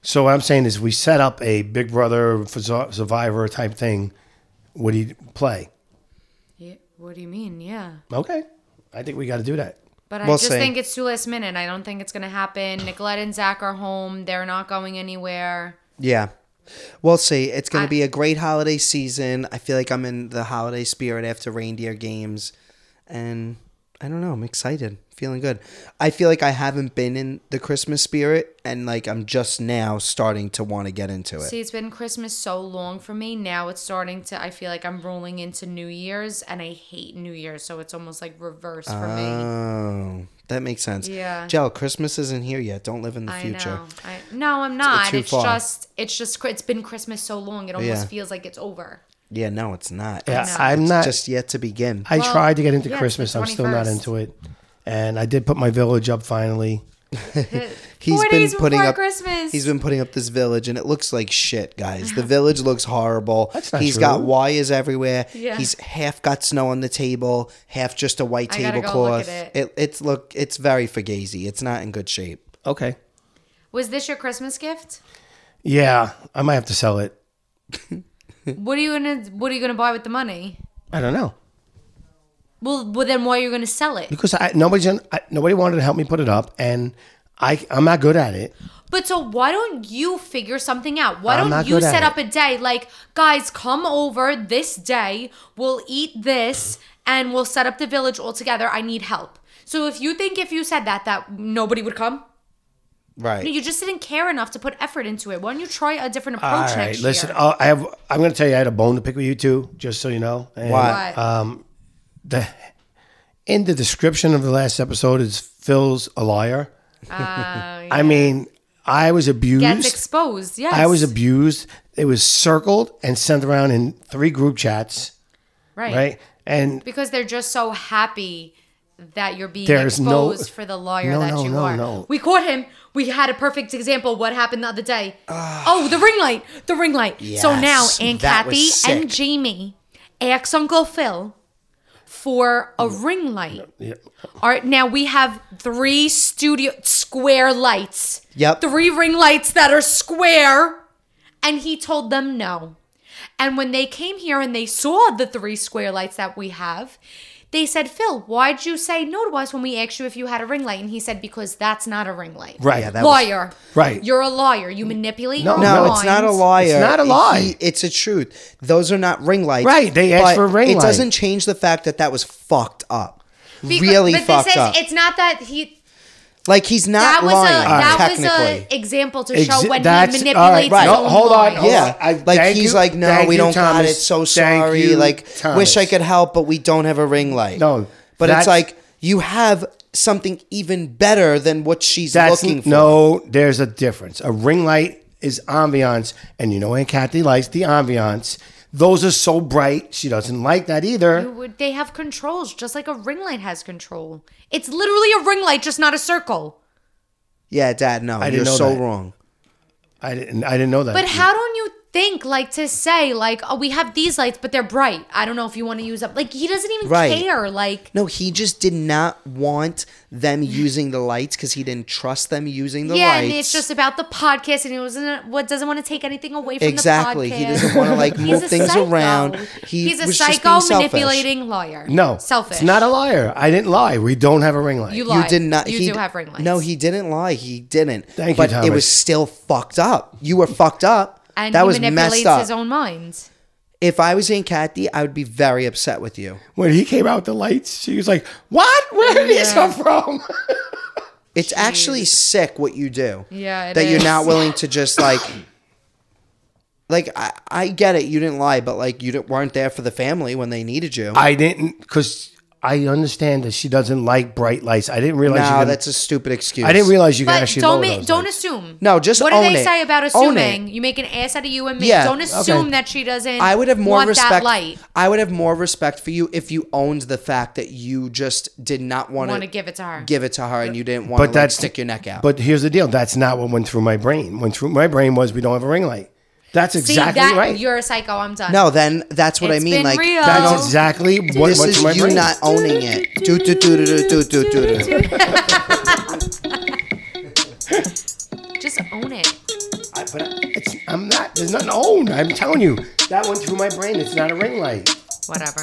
[SPEAKER 5] So what I'm saying is, we set up a Big Brother Sur- Survivor type thing. Would he play?
[SPEAKER 4] Yeah, what do you mean? Yeah,
[SPEAKER 5] Okay, I think we got to do that.
[SPEAKER 4] but I
[SPEAKER 3] We'll
[SPEAKER 4] just
[SPEAKER 3] see.
[SPEAKER 4] think it's too last minute. I don't think it's gonna happen. Nicolette and Zach are home. They're not going anywhere.
[SPEAKER 3] Yeah. We'll see. It's going to be a great holiday season. I feel like I'm in the holiday spirit after reindeer games. And I don't know. I'm excited. Feeling good. I feel like I haven't been in the Christmas spirit. And like I'm just now starting to want to get into it.
[SPEAKER 4] See, it's been Christmas so long for me. Now it's starting to. I feel like I'm rolling into New Year's, and I hate New Year's, so it's almost like reverse for me.
[SPEAKER 3] Oh, that makes sense.
[SPEAKER 4] Yeah.
[SPEAKER 3] Jell, Christmas isn't here yet. Don't live in the
[SPEAKER 4] I
[SPEAKER 3] future.
[SPEAKER 4] know. I, no, I'm not.
[SPEAKER 3] too
[SPEAKER 4] It's,
[SPEAKER 3] far.
[SPEAKER 4] just. It's just. It's been Christmas so long. It almost
[SPEAKER 3] Yeah.
[SPEAKER 4] feels like it's over.
[SPEAKER 3] Yeah, no, it's not.
[SPEAKER 5] Yeah, I'm not.
[SPEAKER 3] Just yet to begin.
[SPEAKER 5] I tried to get into
[SPEAKER 4] yeah, it's the
[SPEAKER 5] Christmas. I'm still not
[SPEAKER 4] 21st.
[SPEAKER 5] into it. And I did put my village up finally.
[SPEAKER 3] He's
[SPEAKER 4] Four
[SPEAKER 3] been
[SPEAKER 4] days
[SPEAKER 3] putting
[SPEAKER 4] before
[SPEAKER 3] up
[SPEAKER 4] Christmas.
[SPEAKER 3] He's been putting up this village and it looks like shit, guys. The village looks horrible. He's
[SPEAKER 5] That's not
[SPEAKER 3] got
[SPEAKER 5] true.
[SPEAKER 3] wires everywhere.
[SPEAKER 4] Yeah.
[SPEAKER 3] He's half got snow on the table, half just a white
[SPEAKER 4] I gotta go
[SPEAKER 3] tablecloth.
[SPEAKER 4] look at
[SPEAKER 3] it it's look it's very fugazi. It's not in good shape.
[SPEAKER 5] Okay.
[SPEAKER 4] Was this your Christmas gift?
[SPEAKER 5] Yeah, I might have to sell it.
[SPEAKER 4] What are you gonna What are you gonna buy with the money?
[SPEAKER 5] I don't know
[SPEAKER 4] Well, well, then why are you gonna sell it?
[SPEAKER 5] because I, nobody's in, I, nobody wanted to help me put it up, and I I'm not good at it.
[SPEAKER 4] But so why don't you figure something out? Why
[SPEAKER 5] I'm
[SPEAKER 4] don't
[SPEAKER 5] not
[SPEAKER 4] you
[SPEAKER 5] good at
[SPEAKER 4] set
[SPEAKER 5] it.
[SPEAKER 4] up a day like, guys, come over this day, we'll eat this, and we'll set up the village all together. I need help. So if you think if you said that that nobody would come,
[SPEAKER 3] Right.
[SPEAKER 4] you just didn't care enough to put effort into it. Why don't you try a different approach
[SPEAKER 5] All right,
[SPEAKER 4] next
[SPEAKER 5] listen. uh,
[SPEAKER 4] year?
[SPEAKER 5] I'll, I have. I'm going to tell you. I had a bone to pick with you two, just so you know. And,
[SPEAKER 3] Why?
[SPEAKER 4] What?
[SPEAKER 5] Um, the in the description of the last episode is Phil's a liar. I mean, I was
[SPEAKER 4] Gets
[SPEAKER 5] abused.
[SPEAKER 4] exposed. Yes,
[SPEAKER 5] I was abused. It was circled and sent around in three group chats,
[SPEAKER 4] right.
[SPEAKER 5] right? And
[SPEAKER 4] because they're just so happy that you're being
[SPEAKER 5] There's no-
[SPEAKER 4] exposed for the lawyer
[SPEAKER 5] No,
[SPEAKER 4] that
[SPEAKER 5] no,
[SPEAKER 4] you
[SPEAKER 5] no,
[SPEAKER 4] are.
[SPEAKER 5] no.
[SPEAKER 4] We caught him. We had a perfect example. What happened the other day? oh, the ring light. The ring light. so now
[SPEAKER 3] Yes,
[SPEAKER 4] Aunt
[SPEAKER 3] that was
[SPEAKER 4] Kathy
[SPEAKER 3] sick.
[SPEAKER 4] and Jamie, ex Uncle Phil, for a ring light. All right, now we have three studio square lights.
[SPEAKER 3] Yep.
[SPEAKER 4] Three ring lights that are square. And he told them no. And when they came here and they saw the three square lights that we have, they said, Phil, why'd you say no to us when we asked you if you had a ring light? And he said, Because that's not a ring light.
[SPEAKER 5] Right. Yeah,
[SPEAKER 3] that was-
[SPEAKER 4] lawyer.
[SPEAKER 5] Right.
[SPEAKER 4] You're a lawyer. You manipulate
[SPEAKER 5] No,
[SPEAKER 4] your
[SPEAKER 3] No,
[SPEAKER 5] Ring
[SPEAKER 3] it's not a
[SPEAKER 4] minds.
[SPEAKER 3] liar.
[SPEAKER 5] It's not a
[SPEAKER 3] He-
[SPEAKER 5] lie.
[SPEAKER 3] it's a truth. Those are not ring lights.
[SPEAKER 5] Right, they asked
[SPEAKER 3] but
[SPEAKER 5] for a ring
[SPEAKER 3] It
[SPEAKER 5] light.
[SPEAKER 3] doesn't change the fact that that was fucked up.
[SPEAKER 4] Because-
[SPEAKER 3] really
[SPEAKER 4] but
[SPEAKER 3] fucked
[SPEAKER 4] this is,
[SPEAKER 3] up.
[SPEAKER 4] It's not that he.
[SPEAKER 3] Like he's
[SPEAKER 4] That
[SPEAKER 3] not
[SPEAKER 4] was
[SPEAKER 3] lying.
[SPEAKER 4] a that was
[SPEAKER 3] technically.
[SPEAKER 4] a example to
[SPEAKER 5] Ex-
[SPEAKER 4] show when he
[SPEAKER 5] that's-
[SPEAKER 4] manipulates
[SPEAKER 5] all right,
[SPEAKER 4] his
[SPEAKER 5] right.
[SPEAKER 4] own
[SPEAKER 5] No, hold on,
[SPEAKER 4] minds.
[SPEAKER 5] hold
[SPEAKER 3] yeah,
[SPEAKER 5] Oh, I-
[SPEAKER 3] like
[SPEAKER 5] thank
[SPEAKER 3] he's
[SPEAKER 5] you-
[SPEAKER 3] like, no,
[SPEAKER 5] thank
[SPEAKER 3] we
[SPEAKER 5] you,
[SPEAKER 3] don't got
[SPEAKER 5] Thomas.
[SPEAKER 3] it. So
[SPEAKER 5] Thank
[SPEAKER 3] sorry.
[SPEAKER 5] you,
[SPEAKER 3] like, wish I
[SPEAKER 5] Thomas.
[SPEAKER 3] could help, but we don't have a ring light.
[SPEAKER 5] No,
[SPEAKER 3] but
[SPEAKER 5] that's-
[SPEAKER 3] it's like you have something even better than what she's
[SPEAKER 5] That's
[SPEAKER 3] looking for.
[SPEAKER 5] no. There's a difference. A ring light is ambiance, and you know Aunt Kathy likes the ambiance. Those are so bright. She doesn't like that
[SPEAKER 4] You
[SPEAKER 5] either.
[SPEAKER 4] would- They have controls, just like a ring light has control. It's literally a ring light, just not a circle.
[SPEAKER 3] Yeah, Dad. No,
[SPEAKER 5] didn't
[SPEAKER 3] you're
[SPEAKER 5] know
[SPEAKER 3] so
[SPEAKER 5] that.
[SPEAKER 3] wrong.
[SPEAKER 5] I didn't. I didn't know that.
[SPEAKER 4] But how don't you think, like, to say, like, oh, we have these lights, but they're bright. I don't know if you want to use them. Like, he doesn't even
[SPEAKER 3] Right.
[SPEAKER 4] care. Like,
[SPEAKER 3] No, he just did not want them using the lights because he didn't trust them using the
[SPEAKER 4] yeah,
[SPEAKER 3] lights.
[SPEAKER 4] and it's just about the podcast, and he wasn't what doesn't want to take anything away from
[SPEAKER 3] Exactly.
[SPEAKER 4] the podcast.
[SPEAKER 3] He doesn't wanna, like,
[SPEAKER 4] He's
[SPEAKER 3] move
[SPEAKER 4] a
[SPEAKER 3] things around. He
[SPEAKER 4] He's a
[SPEAKER 3] was just being
[SPEAKER 4] psycho
[SPEAKER 3] selfish.
[SPEAKER 4] manipulating lawyer.
[SPEAKER 5] No,
[SPEAKER 4] selfish.
[SPEAKER 5] It's not a liar. I didn't lie. We don't have a ring light.
[SPEAKER 4] You
[SPEAKER 3] you
[SPEAKER 4] lied.
[SPEAKER 3] did not.
[SPEAKER 4] You
[SPEAKER 3] he
[SPEAKER 4] do
[SPEAKER 3] d-
[SPEAKER 4] have ring lights.
[SPEAKER 3] No, he didn't lie. He didn't.
[SPEAKER 5] Thank you,
[SPEAKER 3] but it
[SPEAKER 5] Thomas.
[SPEAKER 3] was still fucked up. You were fucked up.
[SPEAKER 4] and
[SPEAKER 3] that
[SPEAKER 4] he
[SPEAKER 3] was
[SPEAKER 4] manipulates
[SPEAKER 3] messed up.
[SPEAKER 4] his own mind.
[SPEAKER 3] if I was in Kathy, I would be very upset with you.
[SPEAKER 5] when he came out with the lights, she was like, "What? Where did these come from?"
[SPEAKER 3] It's actually sick what you do.
[SPEAKER 4] Yeah, it
[SPEAKER 3] that you're
[SPEAKER 4] is.
[SPEAKER 3] not willing to just like, like I, I get it. You didn't lie, but like you didn't, weren't there for the family when they needed you.
[SPEAKER 5] I didn't because I understand that she doesn't like bright lights. I didn't realize. you
[SPEAKER 3] no,
[SPEAKER 5] can,
[SPEAKER 3] that's a stupid excuse.
[SPEAKER 5] I didn't realize you can
[SPEAKER 4] But
[SPEAKER 5] actually.
[SPEAKER 4] don't
[SPEAKER 5] lower
[SPEAKER 4] ma-
[SPEAKER 5] those
[SPEAKER 4] don't
[SPEAKER 5] lights.
[SPEAKER 4] assume.
[SPEAKER 3] No, just
[SPEAKER 4] what do
[SPEAKER 3] own
[SPEAKER 4] they
[SPEAKER 3] it.
[SPEAKER 4] say about
[SPEAKER 3] Own it.
[SPEAKER 4] assuming? You make an ass out of you and me.
[SPEAKER 3] Yeah,
[SPEAKER 4] don't assume
[SPEAKER 5] okay.
[SPEAKER 4] that she doesn't.
[SPEAKER 3] I would have more
[SPEAKER 4] want
[SPEAKER 3] respect.
[SPEAKER 4] That light.
[SPEAKER 3] I would have more respect for you if you owned the fact that you just did not want
[SPEAKER 4] Want to give it to her?
[SPEAKER 3] give it to her and you didn't want
[SPEAKER 5] But
[SPEAKER 3] to like,
[SPEAKER 5] that's
[SPEAKER 3] stick your neck out.
[SPEAKER 5] But here's the deal. That's not what went through my brain. Went through my brain was we don't have a ring light. That's
[SPEAKER 4] See
[SPEAKER 5] exactly
[SPEAKER 4] that
[SPEAKER 5] right.
[SPEAKER 4] you're a psycho. I'm done.
[SPEAKER 3] no, then that's what
[SPEAKER 4] Uh,
[SPEAKER 3] I
[SPEAKER 4] It's
[SPEAKER 3] mean.
[SPEAKER 4] been
[SPEAKER 3] Like
[SPEAKER 4] real.
[SPEAKER 5] That's
[SPEAKER 4] Oh.
[SPEAKER 5] exactly what
[SPEAKER 3] this
[SPEAKER 5] went
[SPEAKER 3] is
[SPEAKER 5] through my
[SPEAKER 3] you
[SPEAKER 5] brain.
[SPEAKER 3] not owning it. Do do do do do do do do do.
[SPEAKER 4] just own it.
[SPEAKER 5] I, but it's, I'm not. There's nothing owned. I'm telling you. That went through my brain. It's not a ring light.
[SPEAKER 4] Whatever.